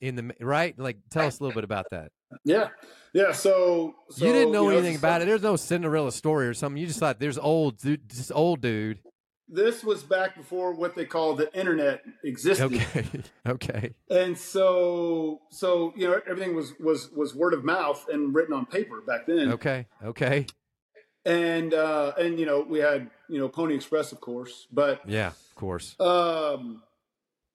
Speaker 2: in the right. Like, tell us a little bit about that.
Speaker 3: Yeah. Yeah. So, so
Speaker 2: you didn't know anything
Speaker 3: this-
Speaker 2: about it. There's no Cinderella story or something. You just thought there's old dude, this old dude.
Speaker 3: This was back before what they call the internet existed.
Speaker 2: Okay, *laughs* okay,
Speaker 3: And so, so, you know, everything was, was, was word of mouth and written on paper back then.
Speaker 2: okay, okay.
Speaker 3: And, uh, and, you know, we had, you know, Pony Express, of course, but
Speaker 2: Yeah, of course.
Speaker 3: um,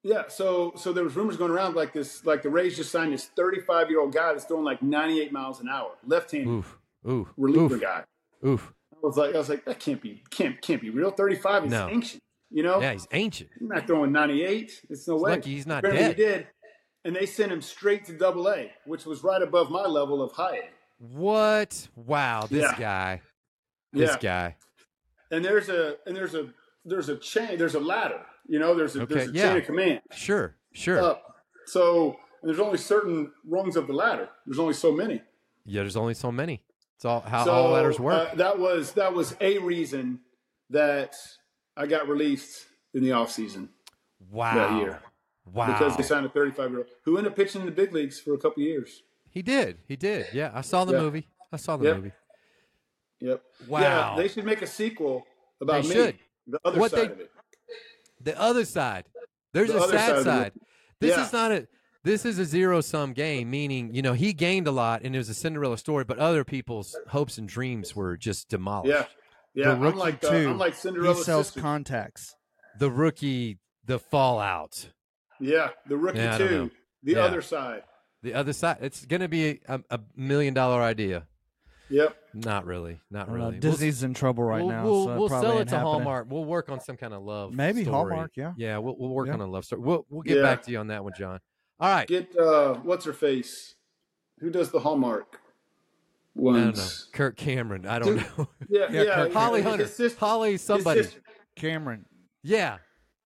Speaker 3: Yeah, so so there was rumors going around like this, like the Rays just signed this 35 year old guy that's throwing like 98 miles an hour, left handed
Speaker 2: Oof, oof,
Speaker 3: reliever
Speaker 2: Mm. oof,
Speaker 3: guy.
Speaker 2: oof.
Speaker 3: I was like, I was like, that can't be, can't can't be real. 35 is
Speaker 2: No.
Speaker 3: ancient, you know.
Speaker 2: Yeah, he's ancient.
Speaker 3: He's not throwing 98. It's no way.
Speaker 2: lucky he's not
Speaker 3: Apparently
Speaker 2: dead.
Speaker 3: He did, and they sent him straight to Double A, which was right above my level of high A.
Speaker 2: What? Wow, this
Speaker 3: Yeah.
Speaker 2: guy. This
Speaker 3: Yeah.
Speaker 2: guy.
Speaker 3: and there's a and there's a there's a chain there's a ladder you know there's a there's
Speaker 2: Okay,
Speaker 3: a
Speaker 2: yeah.
Speaker 3: chain of command
Speaker 2: Sure, sure.
Speaker 3: up so and there's only certain rungs of the ladder there's only so many
Speaker 2: yeah, there's only so many. It's all how
Speaker 3: so
Speaker 2: all letters work.
Speaker 3: uh, that was that was a reason that i got released in the offseason that
Speaker 2: wow.
Speaker 3: year
Speaker 2: Wow.
Speaker 3: because they signed a 35 year old who ended up pitching in the big leagues for a couple years
Speaker 2: he did. He did. Yeah, I saw the
Speaker 3: Yeah.
Speaker 2: movie. I saw the
Speaker 3: Yep.
Speaker 2: movie.
Speaker 3: yep
Speaker 2: Wow.
Speaker 3: yeah, they should make a sequel about
Speaker 2: They
Speaker 3: me
Speaker 2: should.
Speaker 3: the other
Speaker 2: What
Speaker 3: side
Speaker 2: they-
Speaker 3: of it
Speaker 2: The other side. There's
Speaker 3: The
Speaker 2: a
Speaker 3: other side
Speaker 2: sad
Speaker 3: of the-
Speaker 2: side. This
Speaker 3: Yeah.
Speaker 2: is not a this is a zero sum game, meaning, you know, he gained a lot and it was a Cinderella story, but other people's hopes and dreams were just demolished.
Speaker 3: yeah yeah
Speaker 1: the rookie
Speaker 3: i'm like
Speaker 1: too.
Speaker 3: uh, i'm like
Speaker 1: he
Speaker 3: cinderella's
Speaker 1: sells
Speaker 3: sister.
Speaker 1: contacts.
Speaker 2: The rookie, the fallout.
Speaker 3: yeah the rookie
Speaker 2: Yeah, I don't know.
Speaker 3: too the
Speaker 2: Yeah.
Speaker 3: other side
Speaker 2: The other side. It's gonna be a, a million dollar idea.
Speaker 3: Yep.
Speaker 2: Not really. Not
Speaker 1: I don't know,
Speaker 2: really. We'll-
Speaker 1: Uh, Disney's in trouble right
Speaker 2: we'll,
Speaker 1: now.
Speaker 2: We'll,
Speaker 1: so it
Speaker 2: we'll
Speaker 1: probably
Speaker 2: sell it
Speaker 1: ain't
Speaker 2: to
Speaker 1: happening.
Speaker 2: Hallmark. We'll work on some kind of love.
Speaker 1: Maybe
Speaker 2: story.
Speaker 1: Hallmark, yeah.
Speaker 2: Yeah, we'll, we'll work
Speaker 1: Yeah.
Speaker 2: on a love story. We'll we'll get
Speaker 3: Yeah.
Speaker 2: back to you on that one, John. All right.
Speaker 3: Get uh what's her face? Who does the Hallmark
Speaker 2: I don't know.
Speaker 3: ones?
Speaker 2: Kirk Cameron. I don't know. *laughs*
Speaker 3: Yeah,
Speaker 1: Yeah,
Speaker 3: yeah.
Speaker 1: Kirk-
Speaker 2: Holly
Speaker 3: his
Speaker 2: Hunter.
Speaker 3: sister-
Speaker 2: Holly
Speaker 3: his
Speaker 2: somebody.
Speaker 3: sister.
Speaker 1: Cameron.
Speaker 2: Yeah.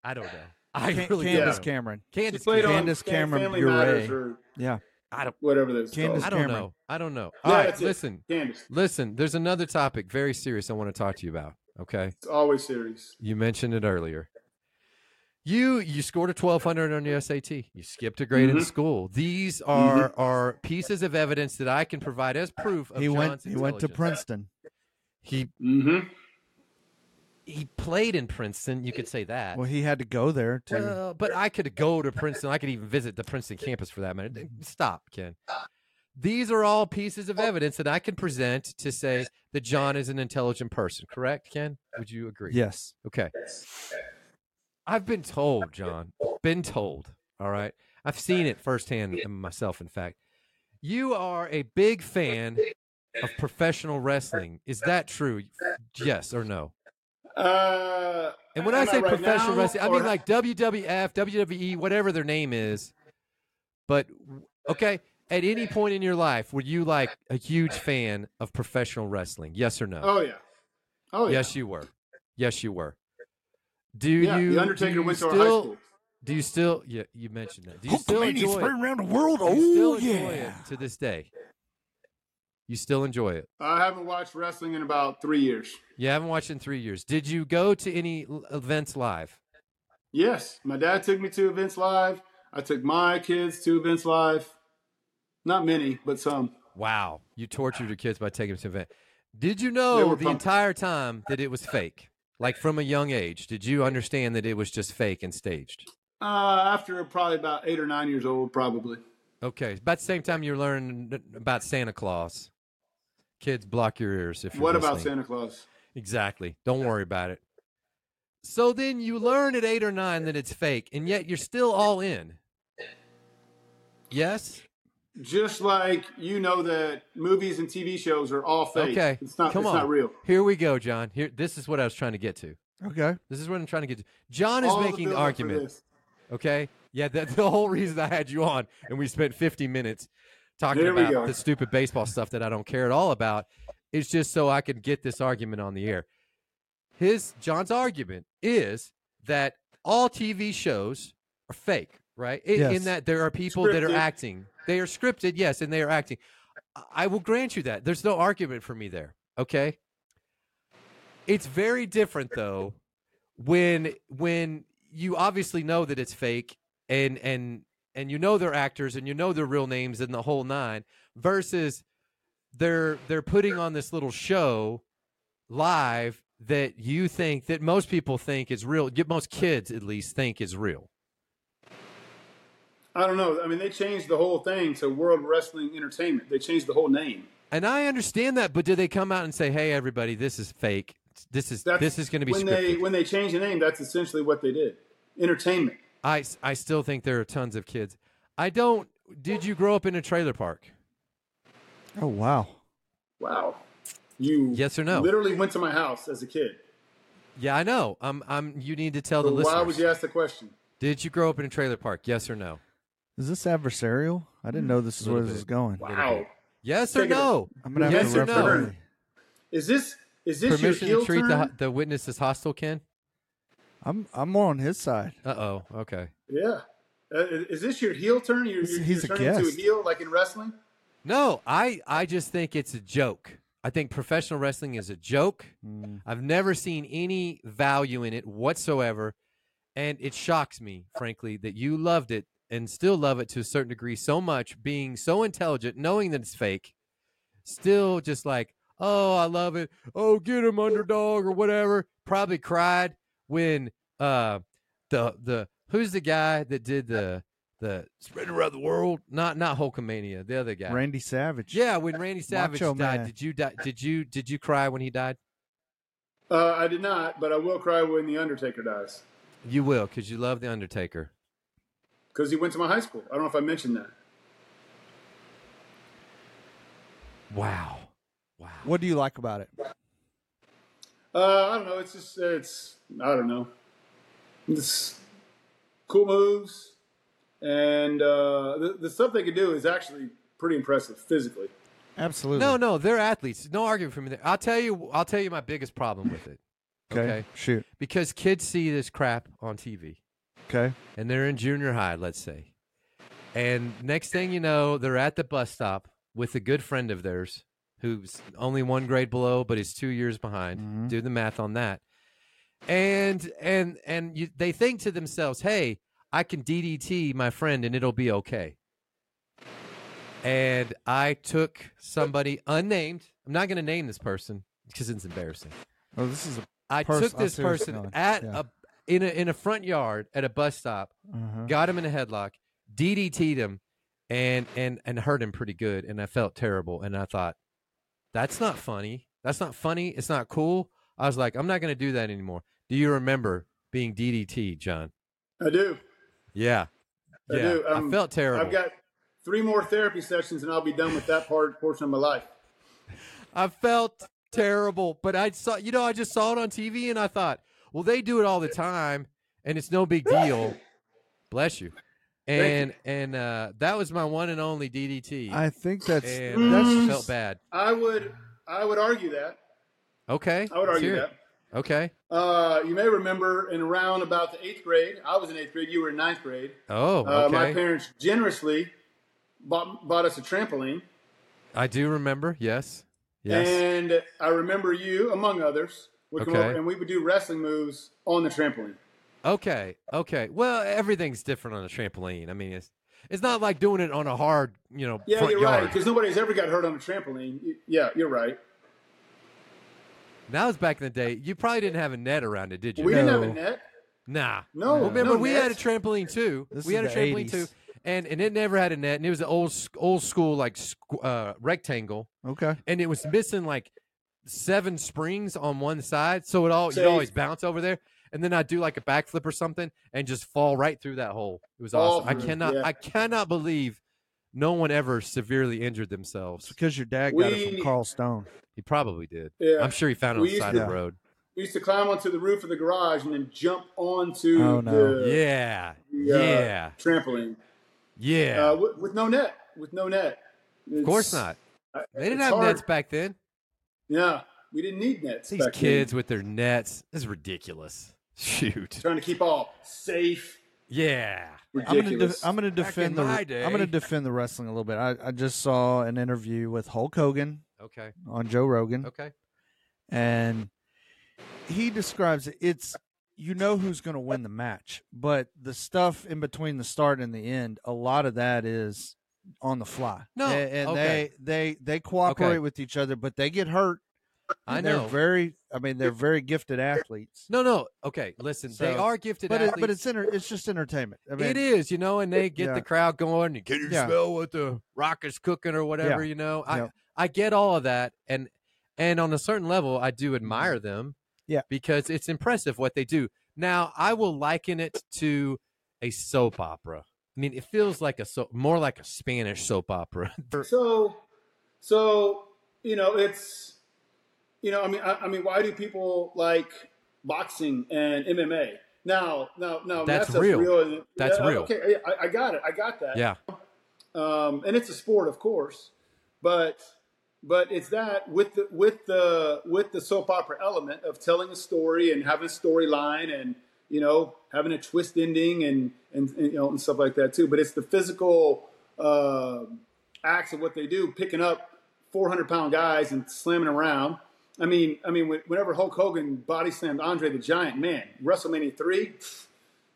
Speaker 2: I don't know. *laughs* I
Speaker 1: Can-
Speaker 2: really
Speaker 1: Candace
Speaker 2: don't. know.
Speaker 1: Cameron.
Speaker 3: She
Speaker 2: Candace
Speaker 3: played
Speaker 2: Cameron.
Speaker 3: on
Speaker 1: Candace Cameron
Speaker 3: Family
Speaker 1: Bure.
Speaker 3: Matters or
Speaker 1: Yeah.
Speaker 2: I don't
Speaker 3: whatever that's
Speaker 1: Candace-
Speaker 2: I
Speaker 3: called.
Speaker 2: don't
Speaker 1: Cameron.
Speaker 2: know. I don't know.
Speaker 3: Yeah,
Speaker 2: All right,
Speaker 3: that's it.
Speaker 2: listen.
Speaker 3: Candace.
Speaker 2: Listen, there's another topic very serious I want to talk to you about. Okay.
Speaker 3: It's always serious.
Speaker 2: You mentioned it earlier. You you scored a 1200 on your SAT. You skipped a grade in
Speaker 3: Mhm.
Speaker 2: school. These are are pieces of evidence that I can provide as proof of
Speaker 1: He went.
Speaker 2: John's
Speaker 1: He went to
Speaker 2: intelligence.
Speaker 1: Princeton.
Speaker 2: He
Speaker 3: Mm-hmm.
Speaker 2: he played in Princeton, you could say that.
Speaker 1: Well, he had to go there to.
Speaker 2: Well, but I could go to Princeton. I could even visit the Princeton campus for that matter. Stop, Ken. These are all pieces of evidence that I can present to say that John is an intelligent person, correct, Ken? Would you agree?
Speaker 1: yes.
Speaker 2: Okay. I've been told, John, been told, all right? I've seen it firsthand myself, in fact. You are a big fan of professional wrestling. Is that true? Yes or no?
Speaker 3: Uh
Speaker 2: And when I
Speaker 3: am
Speaker 2: say
Speaker 3: right
Speaker 2: professional
Speaker 3: now,
Speaker 2: wrestling, I
Speaker 3: or-
Speaker 2: mean like WWF, WWE, E, whatever their name is. But okay, at any point in your life, were you like a huge fan of professional wrestling? Yes or no?
Speaker 3: Oh yeah. Oh yeah.
Speaker 2: Yes, you were. Yes, you were. Do
Speaker 3: yeah.
Speaker 2: you?
Speaker 3: the
Speaker 2: do
Speaker 3: Undertaker
Speaker 2: you
Speaker 3: went to our
Speaker 2: still,
Speaker 3: high school.
Speaker 2: Do you still? Yeah, you mentioned that. Do you still
Speaker 1: Hulkamania's
Speaker 2: enjoy it?
Speaker 1: spreading around the world.
Speaker 2: Do you still
Speaker 1: Oh
Speaker 2: enjoy
Speaker 1: yeah.
Speaker 2: it to this day? You still enjoy it?
Speaker 3: I haven't watched wrestling in about three years.
Speaker 2: You haven't watched in three years. Did you go to any l- events live?
Speaker 3: Yes, my dad took me to events live. I took my kids to events live. Not many, but some.
Speaker 2: Wow, you tortured your kids by taking them to an event. Did you
Speaker 3: They
Speaker 2: know
Speaker 3: were
Speaker 2: the
Speaker 3: pumped.
Speaker 2: entire time that it was fake? Like from a young age, did you understand that it was just fake and staged?
Speaker 3: Uh, after probably about eight or nine years old, probably.
Speaker 2: Okay, about the same time you learned about Santa Claus. Kids, block your ears if you're
Speaker 3: What about
Speaker 2: listening.
Speaker 3: Santa Claus?
Speaker 2: Exactly. Don't worry about it. So then you learn at eight or nine that it's fake, and yet you're still all in. Yes.
Speaker 3: Just like you know that movies and TV shows are all fake.
Speaker 2: Okay.
Speaker 3: It's not.
Speaker 2: Come
Speaker 3: it's
Speaker 2: on.
Speaker 3: not real.
Speaker 2: Here we go, John. Here, this is what I was trying to get to.
Speaker 1: Okay.
Speaker 2: This is what I'm trying to get to. John is
Speaker 3: All the
Speaker 2: making the
Speaker 3: buildup for
Speaker 2: argument.
Speaker 3: this.
Speaker 2: Okay. Yeah, that's the *laughs* whole reason I had you on, and we spent 50 minutes talking
Speaker 3: There we
Speaker 2: about
Speaker 3: go.
Speaker 2: the stupid baseball stuff that I don't care at all about. It's just so I could get this argument on the air. His John's argument is that all TV shows are fake, right? In, in
Speaker 1: Yes.
Speaker 2: that there are people that are
Speaker 3: Scripted.
Speaker 2: acting. They are scripted, yes, and they are acting. I- I will grant you that. There's no argument for me there. Okay. It's very different though when when you obviously know that it's fake and and and you know they're actors and you know their real names and the whole nine versus they're they're putting on this little show live that you think that most people think is real get most kids at least think is real
Speaker 3: I don't know. I mean, they changed the whole thing to World Wrestling Entertainment. They changed the whole name.
Speaker 2: and i understand that but do they come out and say hey everybody this is fake this is
Speaker 3: That's
Speaker 2: this is going to be
Speaker 3: when
Speaker 2: scripted
Speaker 3: they when they changed the name. That's essentially what they did. Entertainment.
Speaker 2: I, s- I still think there are tons of kids. I don't. Did you grow up in a trailer park?
Speaker 1: Oh wow.
Speaker 3: Wow. You
Speaker 2: Yes or no?
Speaker 3: Literally went to my house as a kid.
Speaker 2: Yeah, I know. I'm. I'm. You need to tell the
Speaker 3: So why
Speaker 2: listeners.
Speaker 3: would you ask the question?
Speaker 2: Did you grow up in a trailer park? Yes or no?
Speaker 1: Is this adversarial? I didn't know this is
Speaker 2: Mm, Little
Speaker 1: where this
Speaker 2: bit.
Speaker 1: is going.
Speaker 3: Wow.
Speaker 2: Yes or
Speaker 3: Take it
Speaker 2: no?
Speaker 1: I'm gonna have
Speaker 2: Yes
Speaker 1: to
Speaker 2: or no?
Speaker 1: referee.
Speaker 3: Is this is this
Speaker 2: Permission
Speaker 3: your
Speaker 2: to
Speaker 3: heel
Speaker 2: treat
Speaker 3: turn?
Speaker 2: the, ho- the witness as hostile, Ken?
Speaker 1: I'm I'm more on his side.
Speaker 2: Uh oh. Okay.
Speaker 3: yeah. Uh, is this your heel turn? You're,
Speaker 1: He's-
Speaker 3: you're,
Speaker 1: he's
Speaker 3: you're
Speaker 1: a
Speaker 3: turning into a
Speaker 1: guest.
Speaker 3: heel like in wrestling?
Speaker 2: No, I, I just think it's a joke. I think professional wrestling is a joke. I've never seen any value in it whatsoever. And it shocks me, frankly, that you loved it and still love it to a certain degree so much, being so intelligent, knowing that it's fake, still just like, oh, I love it. Oh, get him underdog or whatever. Probably cried when uh the the who's the guy that did the the spread around the world? Not not Hulkamania, the other guy.
Speaker 1: Randy Savage.
Speaker 2: Yeah, when Randy
Speaker 1: *laughs*
Speaker 2: Savage
Speaker 1: Macho
Speaker 2: died,
Speaker 1: Man.
Speaker 2: did you die, did you did you cry when he died?
Speaker 3: Uh, I did not, but I will cry when the Undertaker dies
Speaker 2: You will, because you love the Undertaker.
Speaker 3: because he went to my high school. I don't know if I mentioned that.
Speaker 2: Wow, wow.
Speaker 1: What do you like about it?
Speaker 3: Uh, I don't know. It's just it's I don't know. It's cool moves, and uh, the the stuff they can do is actually pretty impressive physically.
Speaker 1: Absolutely.
Speaker 2: No, no, they're athletes. No argument from there. I'll tell you. I'll tell you my biggest problem with it.
Speaker 1: Okay. Shoot.
Speaker 2: because kids see this crap on TV,
Speaker 1: Okay.
Speaker 2: and they're in junior high, let's say, and next thing you know, they're at the bus stop with a good friend of theirs who's only one grade below, but is two years behind.
Speaker 1: Mhm.
Speaker 2: Do the math on that, and and and you, they think to themselves, "Hey, I can DDT my friend, and it'll be okay." and I took somebody unnamed. I'm not going to name this person because it's embarrassing.
Speaker 1: Oh, this is a
Speaker 2: I
Speaker 1: Person-
Speaker 2: took
Speaker 1: I
Speaker 2: this
Speaker 1: see where it's
Speaker 2: person
Speaker 1: going.
Speaker 2: at
Speaker 1: Yeah.
Speaker 2: a in a in a front yard at a bus stop,
Speaker 1: uh
Speaker 3: Uh-huh.
Speaker 2: got him in a headlock, DDT'd him, and and and hurt him pretty good, and I felt terrible, and I thought, that's not funny. That's not funny. It's not cool. I was like, I'm not going to do that anymore. Do you remember being DDT, John?
Speaker 3: I do.
Speaker 2: Yeah,
Speaker 3: I
Speaker 2: yeah.
Speaker 3: do. Um,
Speaker 2: I felt terrible.
Speaker 3: I've got three more therapy sessions, and I'll be done with that part portion of my life.
Speaker 2: I felt terrible, but I saw, you know, I just saw it on TV and I thought, well, they do it all the time and it's no big
Speaker 3: *laughs*
Speaker 2: deal. Bless you.
Speaker 3: you.
Speaker 2: And and uh, that was my one and only DDT.
Speaker 1: I think that's
Speaker 2: and
Speaker 1: that's
Speaker 2: I
Speaker 3: Mm.
Speaker 1: just,
Speaker 2: felt bad.
Speaker 3: I would I would argue that.
Speaker 2: Okay.
Speaker 3: I would
Speaker 2: let's
Speaker 3: argue
Speaker 2: hear it.
Speaker 3: that.
Speaker 2: Okay.
Speaker 3: Uh, you may remember in around about the eighth grade. I was in eighth grade. You were in ninth grade.
Speaker 2: Oh,
Speaker 3: Uh, My
Speaker 2: okay.
Speaker 3: parents generously bought, bought us a trampoline.
Speaker 2: I do remember. Yes. Yes.
Speaker 3: And I remember you, among others, would come
Speaker 2: Okay.
Speaker 3: over and we would do wrestling moves on the trampoline.
Speaker 2: okay. Okay. Well, everything's different on a trampoline. I mean, it's it's not like doing it on a hard, you know,
Speaker 3: Yeah,
Speaker 2: front
Speaker 3: you're right,
Speaker 2: yard.
Speaker 3: because nobody's ever got hurt on a trampoline. Y- Yeah, you're right.
Speaker 2: That was back in the day. You probably didn't have a net around it, did you?
Speaker 3: We didn't have a
Speaker 1: No.
Speaker 3: net.
Speaker 2: Nah.
Speaker 3: No,
Speaker 2: Well, remember
Speaker 3: no
Speaker 2: we
Speaker 3: net.
Speaker 2: had a trampoline too.
Speaker 1: This
Speaker 2: we
Speaker 1: is
Speaker 2: had a
Speaker 1: the
Speaker 2: trampoline
Speaker 1: 80s.
Speaker 2: too, and and it never had a net, and it was an old sc- old school like squ- uh, rectangle,
Speaker 1: okay.
Speaker 2: and it was missing like seven springs on one side, so it all
Speaker 3: Safe.
Speaker 2: you'd always bounce over there, and then I'd do like a backflip or something, and just fall right through that hole. It was
Speaker 3: Fall
Speaker 2: awesome. I
Speaker 3: through,
Speaker 2: cannot
Speaker 3: yeah.
Speaker 2: I cannot believe no one ever severely injured
Speaker 1: It's
Speaker 2: themselves.
Speaker 1: because your dad got it
Speaker 3: We-
Speaker 1: from Carl Stone.
Speaker 2: He probably did.
Speaker 3: Yeah.
Speaker 2: I'm sure he found it on
Speaker 3: We
Speaker 2: the
Speaker 3: used
Speaker 2: side
Speaker 1: to-
Speaker 2: of the road.
Speaker 3: We used to climb onto the roof of the garage and then jump onto
Speaker 1: Oh, no.
Speaker 3: the
Speaker 2: Yeah.
Speaker 3: the, uh,
Speaker 2: Yeah.
Speaker 3: trampoline
Speaker 2: Yeah.
Speaker 3: uh, with, with no net. With no net.
Speaker 2: of course not. They didn't have nets back then.
Speaker 3: Yeah, we didn't need nets.
Speaker 2: These
Speaker 3: back then.
Speaker 2: kids with their nets this is ridiculous. Shoot.
Speaker 3: trying to keep all safe.
Speaker 2: Yeah.
Speaker 1: I'm gonna, de-
Speaker 3: Ridiculous.
Speaker 1: I'm gonna
Speaker 2: Back in
Speaker 1: defend the
Speaker 2: my
Speaker 1: I'm
Speaker 2: day.
Speaker 1: gonna defend the wrestling a little bit. I, I just saw an interview with Hulk Hogan
Speaker 2: Okay.
Speaker 1: on Joe Rogan,
Speaker 2: Okay.
Speaker 1: and he describes it. It's you know who's going to win the match, but the stuff in between the start and the end, a lot of that is on the fly.
Speaker 2: No,
Speaker 1: A- and,
Speaker 2: okay.
Speaker 1: they they they cooperate
Speaker 2: Okay.
Speaker 1: with each other, but they get hurt.
Speaker 2: I
Speaker 1: and they're
Speaker 2: know.
Speaker 1: very. I mean, they're very gifted athletes.
Speaker 2: no, no. Okay. Listen, they
Speaker 1: So-
Speaker 2: are gifted
Speaker 1: But it,
Speaker 2: athletes.
Speaker 1: but it's inter- it's just entertainment. I mean,
Speaker 2: it is, you know, and they get
Speaker 1: Yeah.
Speaker 2: the crowd going. And can you
Speaker 1: Yeah.
Speaker 2: smell what the rocket's cooking or whatever? You know, I
Speaker 1: Yeah.
Speaker 2: I get all of that, and and on a certain level, I do admire them.
Speaker 1: Mm-hmm. Yeah.
Speaker 2: because it's impressive what they do. Now, I will liken it to a soap opera. I mean, it feels like a soap, more like a Spanish soap opera. *laughs*
Speaker 3: So, so you know, it's you know, I mean, I, I mean, why do people like boxing and MMA? Now, now, now,
Speaker 2: That's
Speaker 3: stuff's
Speaker 2: real.
Speaker 3: and-
Speaker 2: That's
Speaker 3: yeah,
Speaker 2: real.
Speaker 3: Okay, I, I got it. I got that.
Speaker 2: yeah,
Speaker 3: um, and it's a sport, of course, but but it's that with the with the with the soap opera element of telling a story and having a storyline and you know having a twist ending and, and and you know and stuff like that too. But it's the physical uh, acts of what they do, picking up four hundred pound guys and slamming around. I mean, I mean, when- whenever Hulk Hogan body slammed Andre the Giant, man, WrestleMania three.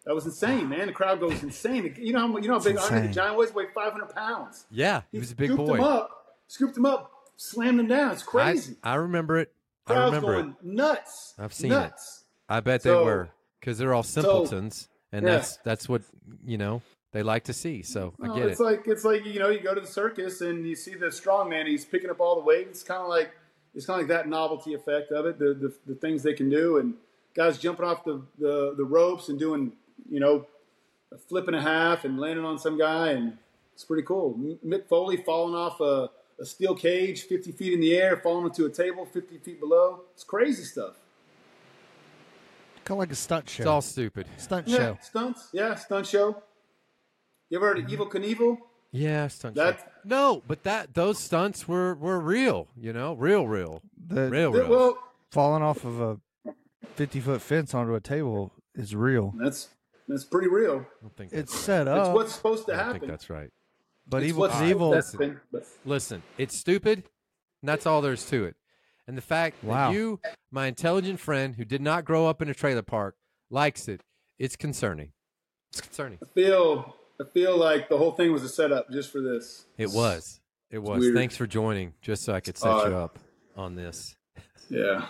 Speaker 3: That was insane, man. The crowd goes insane. You know how you know how big Andre the
Speaker 1: insane.
Speaker 3: Giant was? Weighed 500 pounds.
Speaker 2: yeah. He was a big
Speaker 3: scooped Him
Speaker 2: boy.
Speaker 3: up, scooped him up, slammed him down. It's
Speaker 2: I,
Speaker 3: crazy.
Speaker 2: I remember it. I
Speaker 3: Crowd's
Speaker 2: remember it.
Speaker 3: going nuts.
Speaker 2: I've seen it.
Speaker 3: nuts.
Speaker 2: I bet they
Speaker 3: So-
Speaker 2: were because they're all simpletons, and
Speaker 3: yeah.
Speaker 2: that's that's what you know they like to see. So I
Speaker 3: No,
Speaker 2: get
Speaker 3: it's
Speaker 2: it.
Speaker 3: like it's like you know you go to the circus and you see the strong man. He's picking up all the weight. It's kind of like it's kind of like that novelty effect of it. The, the the things they can do and guys jumping off the the, the ropes and doing you know a flip and a half and landing on some guy and it's pretty cool. M- Mick Foley falling off a, a steel cage 50 feet in the air, falling into a table 50 feet below. It's crazy stuff.
Speaker 1: Kind of like a stunt show.
Speaker 2: it's all stupid.
Speaker 1: stunt
Speaker 3: Yeah,
Speaker 1: show.
Speaker 3: stunts. Yeah, stunt show. You ever heard
Speaker 2: Mm-hmm.
Speaker 3: of Evil Knievel?
Speaker 2: Yeah, stunt.
Speaker 3: That-
Speaker 2: show. no, but that those stunts were were real. You know, real, real,
Speaker 1: The
Speaker 2: real, real.
Speaker 3: Well,
Speaker 1: falling off of a fifty foot fence onto a table is real.
Speaker 3: that's that's pretty real.
Speaker 2: I don't think that's
Speaker 1: It's
Speaker 2: right.
Speaker 1: set
Speaker 3: It's
Speaker 1: up,
Speaker 3: what's supposed to
Speaker 2: I don't think
Speaker 3: happen.
Speaker 2: that's right.
Speaker 1: but
Speaker 3: It's
Speaker 1: Oh. evil
Speaker 3: what's
Speaker 1: Knievel.
Speaker 3: supposed to happen, but-
Speaker 2: Listen, it's stupid, and that's all there's to it. And the fact
Speaker 1: Wow.
Speaker 2: that you, my intelligent friend who did not grow up in a trailer park, likes it, it's concerning. It's concerning.
Speaker 3: I feel I feel like the whole thing was a setup just for this.
Speaker 2: It was. It was.
Speaker 3: weird.
Speaker 2: Thanks for joining, just so I could set
Speaker 3: Uh,
Speaker 2: you up on this.
Speaker 3: Yeah.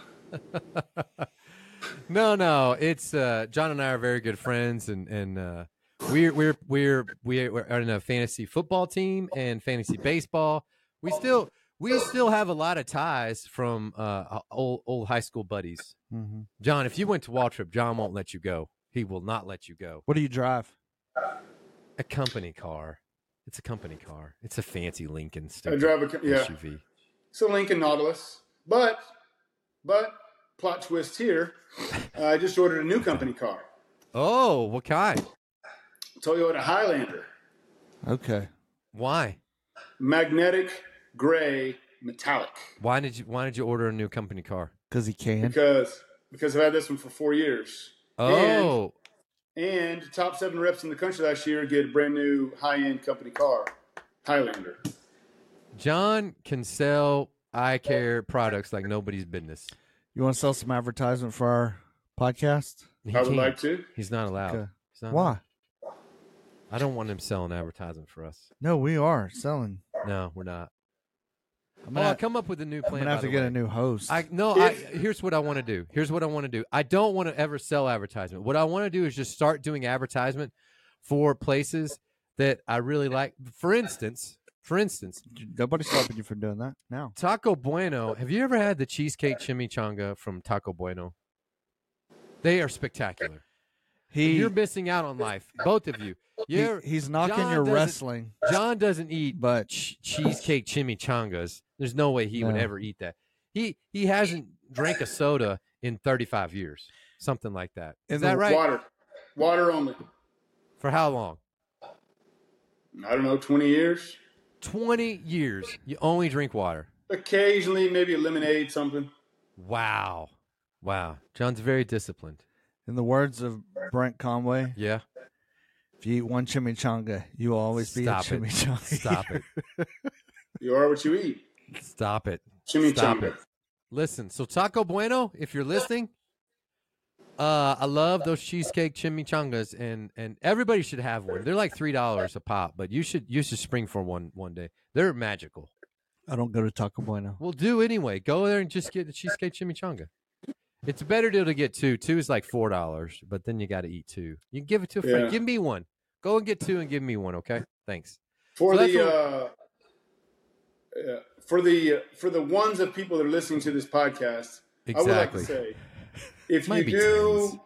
Speaker 2: No, no, it's uh, John and I are very good friends, and and uh, we're we're we're we're we're in a fantasy football team and fantasy baseball. We still we still have a lot of ties from uh, old old high school buddies.
Speaker 1: hmm
Speaker 2: John, if you went to Waltrip, John won't let you go. He will not let you go.
Speaker 1: What do you drive?
Speaker 2: A company car. It's a company car. It's a fancy Lincoln.
Speaker 3: I
Speaker 2: Stupid
Speaker 3: drive a yeah.
Speaker 2: SUV.
Speaker 3: So Lincoln Nautilus, but but plot twist here. I just ordered a new company car,
Speaker 2: Oh, what kind?
Speaker 3: Toyota Highlander,
Speaker 1: Okay.
Speaker 2: Why?
Speaker 3: magnetic gray metallic.
Speaker 2: Why did you Why did you order a new company car?
Speaker 1: Because he can.
Speaker 3: Because because I've had this one for four years.
Speaker 2: Oh,
Speaker 3: And top seven reps in the country last year get a brand new high end company car, Highlander.
Speaker 2: John can sell eye care products like nobody's business.
Speaker 1: You want to sell some advertisement for our podcast?
Speaker 2: He
Speaker 3: I would
Speaker 2: can't.
Speaker 3: like to.
Speaker 2: He's not allowed.
Speaker 1: Okay.
Speaker 2: He's not allowed.
Speaker 1: Why?
Speaker 2: I don't want him selling advertisement for us.
Speaker 1: No, we are selling.
Speaker 2: No, we're not.
Speaker 1: I'm
Speaker 2: Oh,
Speaker 1: gonna,
Speaker 2: I'll
Speaker 1: have-
Speaker 2: come up with a new
Speaker 1: I'm
Speaker 2: plan.
Speaker 1: gonna have
Speaker 2: by
Speaker 1: to
Speaker 2: the
Speaker 1: get
Speaker 2: way.
Speaker 1: a new host.
Speaker 2: I no. I here's what I want to do. Here's what I want to do. I don't want to ever sell advertisement. What I want to do is just start doing advertisement for places that I really like. For instance, for instance,
Speaker 1: Nobody's stopping you from doing that now.
Speaker 2: Taco Bueno. Have you ever had the cheesecake chimichanga from Taco Bueno? They are spectacular.
Speaker 1: He,
Speaker 2: You're missing out on life, both of you.
Speaker 1: he-
Speaker 2: You're,
Speaker 1: he's knocking
Speaker 2: John
Speaker 1: your
Speaker 2: doesn't-
Speaker 1: wrestling,
Speaker 2: John doesn't eat
Speaker 1: but
Speaker 2: ch- cheesecake chimichangas. There's no way he would
Speaker 1: No.
Speaker 2: ever eat that. He he hasn't drank a soda in 35 years, something like that. Is
Speaker 1: In
Speaker 2: that
Speaker 1: the
Speaker 2: right?
Speaker 3: Water. Water only.
Speaker 2: For how long?
Speaker 3: I don't know, 20 years.
Speaker 2: 20 years. You only drink water.
Speaker 3: Occasionally, maybe a lemonade, something.
Speaker 2: Wow, wow. John's very disciplined.
Speaker 1: in the words of Brent Conway,
Speaker 2: Yeah.
Speaker 1: if you eat one chimichanga, you will always be a
Speaker 2: Stop it.
Speaker 1: chimichanga.
Speaker 2: Stop it.
Speaker 3: You are what you eat.
Speaker 2: Stop it. Stop it.
Speaker 3: Chimichanga.
Speaker 2: Listen, so Taco Bueno, if you're listening, uh, I love those cheesecake chimichangas, and and everybody should have one. They're like three dollars a pop, but you should you should spring for one one day. They're magical.
Speaker 1: *laughs* I don't go to Taco Bueno.
Speaker 2: Well, do anyway. Go there and just get the cheesecake chimichanga. It's a better deal to get two. Two is like four dollars, but then you got to eat two. You can give it to a friend.
Speaker 3: Yeah.
Speaker 2: Give me one. Go and get two and give me one. Okay, thanks.
Speaker 3: For
Speaker 2: So that's
Speaker 3: the
Speaker 2: what-
Speaker 3: uh, uh, for the for the ones of people that are listening to this podcast, I would like to
Speaker 2: Exactly.
Speaker 3: say, if you
Speaker 2: Might be
Speaker 3: do
Speaker 2: tens. I think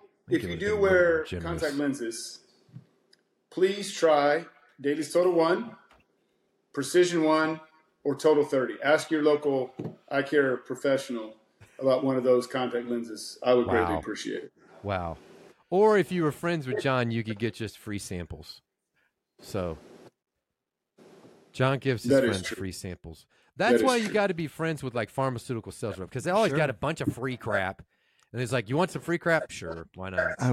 Speaker 2: it
Speaker 3: if you
Speaker 2: would've
Speaker 3: do
Speaker 2: been more
Speaker 3: wear
Speaker 2: generous.
Speaker 3: contact lenses, please try Daily Soda One, Precision One, or Total 30. Ask your local eye care professional about one of those contact lenses. I would greatly
Speaker 2: Wow.
Speaker 3: appreciate it.
Speaker 2: Wow. Or if you were friends with John, you could get just free samples. So John gives his
Speaker 3: That is
Speaker 2: friends
Speaker 3: true.
Speaker 2: free samples. That's
Speaker 3: is
Speaker 2: why you
Speaker 3: true.
Speaker 2: got to be friends with like pharmaceutical sales rep because they always
Speaker 1: Sure.
Speaker 2: got a bunch of free crap. And it's like, you want some free crap? Sure, why not?
Speaker 1: I,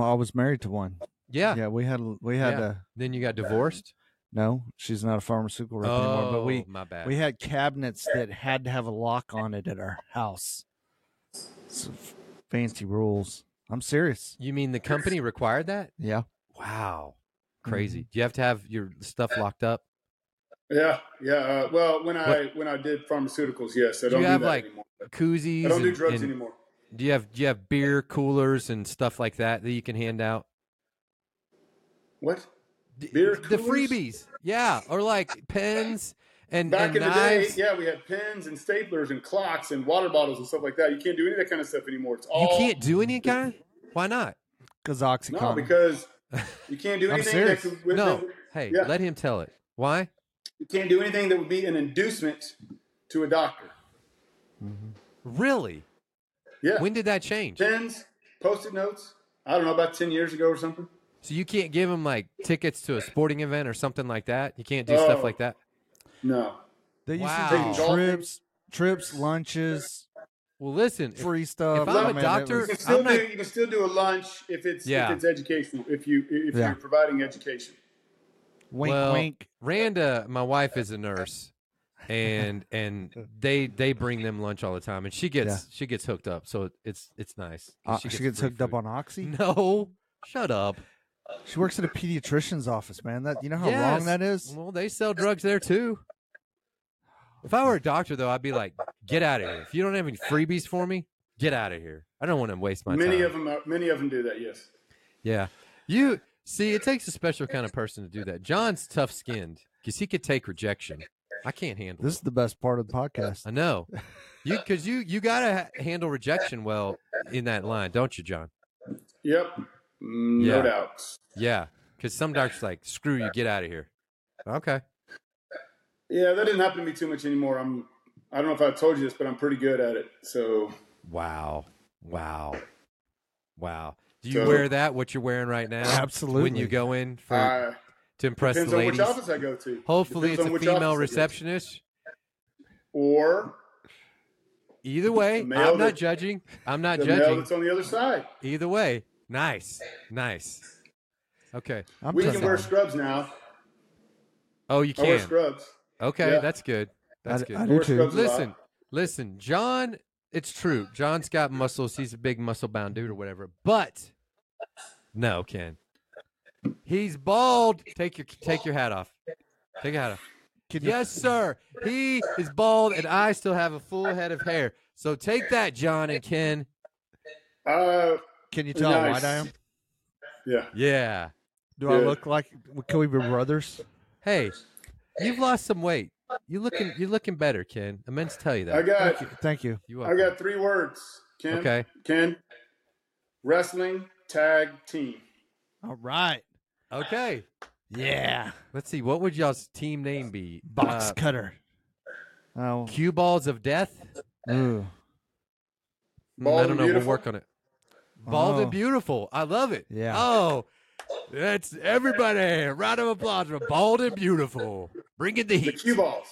Speaker 1: I was married to one.
Speaker 2: Yeah.
Speaker 1: Yeah, we had we had
Speaker 2: Yeah.
Speaker 1: a
Speaker 2: Then you got divorced.
Speaker 1: no. She's not a pharmaceutical rep anymore,
Speaker 2: Oh,
Speaker 1: but we
Speaker 2: my bad.
Speaker 1: we had cabinets that had to have a lock on it at our house. Some f- fancy rules. I'm serious.
Speaker 2: you mean the company required that?
Speaker 1: Yeah.
Speaker 2: Wow, crazy.
Speaker 1: Mm-hmm.
Speaker 2: Do you have to have your stuff locked up?
Speaker 3: Yeah, yeah. Uh, well, when I when I did pharmaceuticals, yes, I
Speaker 2: Do
Speaker 3: don't
Speaker 2: you
Speaker 3: do
Speaker 2: have,
Speaker 3: that
Speaker 2: like,
Speaker 3: anymore.
Speaker 2: Koozies.
Speaker 3: I don't do
Speaker 2: and-
Speaker 3: drugs
Speaker 2: and-
Speaker 3: anymore.
Speaker 2: Do you have do you have beer coolers and stuff like that that you can hand out?
Speaker 3: What?
Speaker 2: D-
Speaker 3: Beer
Speaker 2: the
Speaker 3: coolers?
Speaker 2: freebies, yeah, or
Speaker 3: *laughs*
Speaker 2: like pens and,
Speaker 3: Back
Speaker 2: and
Speaker 3: in the
Speaker 2: knives.
Speaker 3: day, yeah, we had pens and staplers and clocks and water bottles and stuff like that. You can't do any of that kind of stuff anymore. It's all
Speaker 2: You can't do any kind. Why not?
Speaker 1: Because OxyContin.
Speaker 3: no,
Speaker 2: *laughs*
Speaker 3: because you can't do
Speaker 1: I'm
Speaker 3: anything that
Speaker 1: serious.
Speaker 3: could, with-
Speaker 2: No.
Speaker 3: that-
Speaker 2: Hey,
Speaker 3: Yeah.
Speaker 2: let him tell it. Why?
Speaker 3: you can't do anything that would be an inducement to a doctor.
Speaker 2: Really?
Speaker 3: Yeah,
Speaker 2: When did that change?
Speaker 3: pens, post-it notes. I don't know about ten years ago or something.
Speaker 2: So you can't give him like tickets to a sporting event or something like that. You can't do stuff
Speaker 3: Oh.
Speaker 2: like that.
Speaker 3: No,
Speaker 1: They used
Speaker 2: Wow.
Speaker 1: to do trips, trips, lunches,
Speaker 2: Well, listen, if-
Speaker 1: free stuff.
Speaker 2: I'm a
Speaker 1: I mean, it
Speaker 2: doctor-
Speaker 3: you
Speaker 1: was-
Speaker 3: can still
Speaker 2: I'm not-
Speaker 3: do you can still do a lunch if it's
Speaker 2: Yeah.
Speaker 3: if it's educational if you if
Speaker 1: Yeah.
Speaker 3: you're providing education.
Speaker 1: wink,
Speaker 2: well,
Speaker 1: wink.
Speaker 2: Randa, my wife is a nurse, and and they they bring them lunch all the time, and she gets she gets hooked up, so it's it's nice.
Speaker 1: Uh, she gets,
Speaker 2: free
Speaker 1: hooked up
Speaker 2: food.
Speaker 1: on Oxy.
Speaker 2: No, shut up.
Speaker 1: She works at a pediatrician's office, man. That you know how
Speaker 2: Yes.
Speaker 1: long that is.
Speaker 2: Well, they sell drugs there too. If I were a doctor, though, I'd be like, get out of here. If you don't have any freebies for me, get out of here. I don't want to waste my
Speaker 3: many
Speaker 2: time.
Speaker 3: of them are, many of them do that. Yes.
Speaker 2: Yeah. You see, it takes a special kind of person to do that. John's tough skinned because he could take rejection. I can't handle
Speaker 1: This
Speaker 2: it.
Speaker 1: is the best part of the podcast.
Speaker 2: I know. You because you you gotta ha- handle rejection well in that line, don't you, John?
Speaker 3: Yep. Mm, No
Speaker 2: Yeah.
Speaker 3: doubt.
Speaker 2: Yeah, because some doctors like screw you, get out of here. Okay.
Speaker 3: Yeah, that didn't happen to me too much anymore. I'm I don't know if I told you this, but I'm pretty good at it. So
Speaker 2: Wow. Wow. Wow. Do you
Speaker 3: So-
Speaker 2: wear that? What you're wearing right now?
Speaker 1: Absolutely.
Speaker 2: When you go in for
Speaker 3: uh,
Speaker 2: to impress the
Speaker 3: depends on
Speaker 2: ladies.
Speaker 3: which office I go to.
Speaker 2: Hopefully,
Speaker 3: Depends on
Speaker 2: it's
Speaker 3: which
Speaker 2: a
Speaker 3: office I go
Speaker 2: female
Speaker 3: to.
Speaker 2: receptionist.
Speaker 3: Or
Speaker 2: Either way, I'm
Speaker 3: male
Speaker 2: not
Speaker 3: that-
Speaker 2: judging. I'm not
Speaker 3: the male
Speaker 2: judging.
Speaker 3: that's on the other side.
Speaker 2: Either way, nice, nice. Okay.
Speaker 1: I'm
Speaker 3: we
Speaker 1: just
Speaker 3: can wear
Speaker 1: saying.
Speaker 3: scrubs now.
Speaker 2: Oh, you
Speaker 3: I wear
Speaker 2: can.
Speaker 3: scrubs.
Speaker 2: Okay,
Speaker 3: Yeah.
Speaker 2: that's good. That's
Speaker 1: I, I
Speaker 2: good.
Speaker 1: do
Speaker 3: Wear
Speaker 1: too.
Speaker 3: scrubs. a lot.
Speaker 2: Listen, listen, John. It's true. John's got muscles. He's a big muscle bound dude or whatever. But no, Ken. He's bald. Take your take your hat off. Take your hat off.
Speaker 1: Can you-
Speaker 2: Yes, sir. He is bald, and I still have a full head of hair. So take that, John and Ken.
Speaker 3: Uh,
Speaker 1: Can you tell
Speaker 3: Nice.
Speaker 1: how white I am?
Speaker 3: yeah.
Speaker 2: Yeah.
Speaker 1: Do I
Speaker 3: Good.
Speaker 1: look like? Can we be brothers?
Speaker 2: Hey, you've lost some weight. You looking you're looking better, Ken. I meant to tell you that.
Speaker 3: I got
Speaker 1: Thank you. Thank you.
Speaker 2: you
Speaker 3: I got three words. Ken.
Speaker 2: Okay.
Speaker 3: Ken. Wrestling tag team.
Speaker 1: All right.
Speaker 2: Okay.
Speaker 1: Yeah.
Speaker 2: Let's see. What would y'all's team name be?
Speaker 1: Box
Speaker 2: Uh,
Speaker 1: cutter. Oh.
Speaker 2: cue balls of death.
Speaker 1: Ooh.
Speaker 2: Mm,
Speaker 3: Bald
Speaker 2: I don't
Speaker 3: and
Speaker 2: know.
Speaker 3: beautiful?
Speaker 2: We'll work on it. Bald
Speaker 1: Oh.
Speaker 2: and beautiful. I love it.
Speaker 1: Yeah.
Speaker 2: Oh, that's everybody. Round of applause for bald and beautiful. Bring it the
Speaker 3: The
Speaker 2: heat.
Speaker 3: cue balls.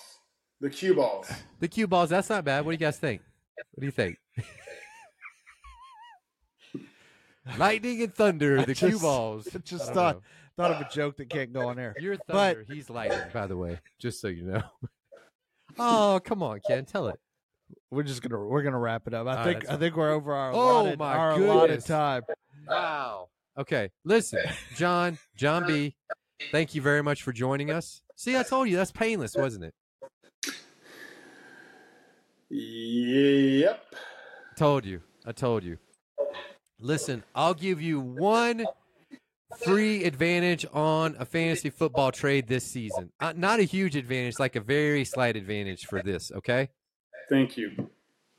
Speaker 3: The cue balls.
Speaker 2: The cue balls. That's not bad. What do you guys think? What do
Speaker 1: *laughs*
Speaker 2: you think? Lightning and thunder. The cue
Speaker 1: just-
Speaker 2: balls.
Speaker 1: I just
Speaker 2: I don't
Speaker 1: thought
Speaker 2: know.
Speaker 1: thought of a joke that can't go on air.
Speaker 2: You're
Speaker 1: But-
Speaker 2: thunder. he's lightning. By the way, just so
Speaker 1: *laughs*
Speaker 2: you know. oh, come on, Ken. Tell it.
Speaker 1: We're just gonna we're gonna wrap it up. I
Speaker 2: All right,
Speaker 1: think
Speaker 2: Ah, that's
Speaker 1: I
Speaker 2: fine.
Speaker 1: think
Speaker 2: *laughs*
Speaker 1: we're over our
Speaker 2: Oh,
Speaker 1: allotted,
Speaker 2: my
Speaker 1: our allotted
Speaker 2: goodness.
Speaker 1: time.
Speaker 2: Wow. Okay. Listen, John, John B, thank you very much for joining us. See, I told you that's painless, wasn't it?
Speaker 3: Yep.
Speaker 2: Told you. I told you. Listen, I'll give you one free advantage on a fantasy football trade this season. Uh, not a huge advantage, like a very slight advantage for this, okay?
Speaker 3: Thank you.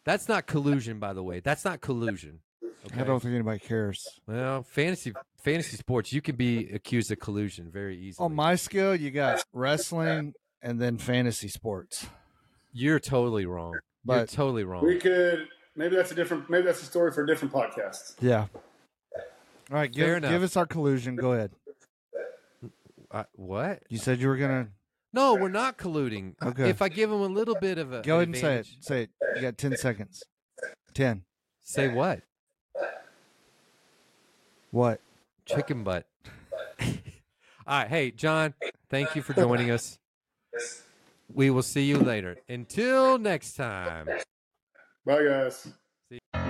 Speaker 2: That's not collusion, by the way. That's not collusion. Okay?
Speaker 1: I don't think anybody cares.
Speaker 2: Well, fantasy fantasy sports, you can be accused of collusion very easily.
Speaker 1: On Oh, my scale, you got wrestling and then fantasy sports.
Speaker 2: You're totally wrong. You're
Speaker 1: But
Speaker 2: totally
Speaker 3: We
Speaker 2: wrong.
Speaker 3: could maybe that's a different maybe that's a story for a different podcast.
Speaker 1: yeah. All right,
Speaker 2: Fair
Speaker 1: give,
Speaker 2: enough.
Speaker 1: give us our collusion. Go ahead.
Speaker 2: I, what?
Speaker 1: You said you were gonna
Speaker 2: No, we're not colluding.
Speaker 1: Okay.
Speaker 2: Uh, If I give him a little bit of a
Speaker 1: go ahead
Speaker 2: an
Speaker 1: and say it.
Speaker 2: advantage-
Speaker 1: Say it. You got ten seconds. Ten.
Speaker 2: Say what?
Speaker 1: What?
Speaker 2: Chicken butt. *laughs* All right. Hey, John, thank you for joining us. We will see you later. Until next time.
Speaker 3: Bye guys.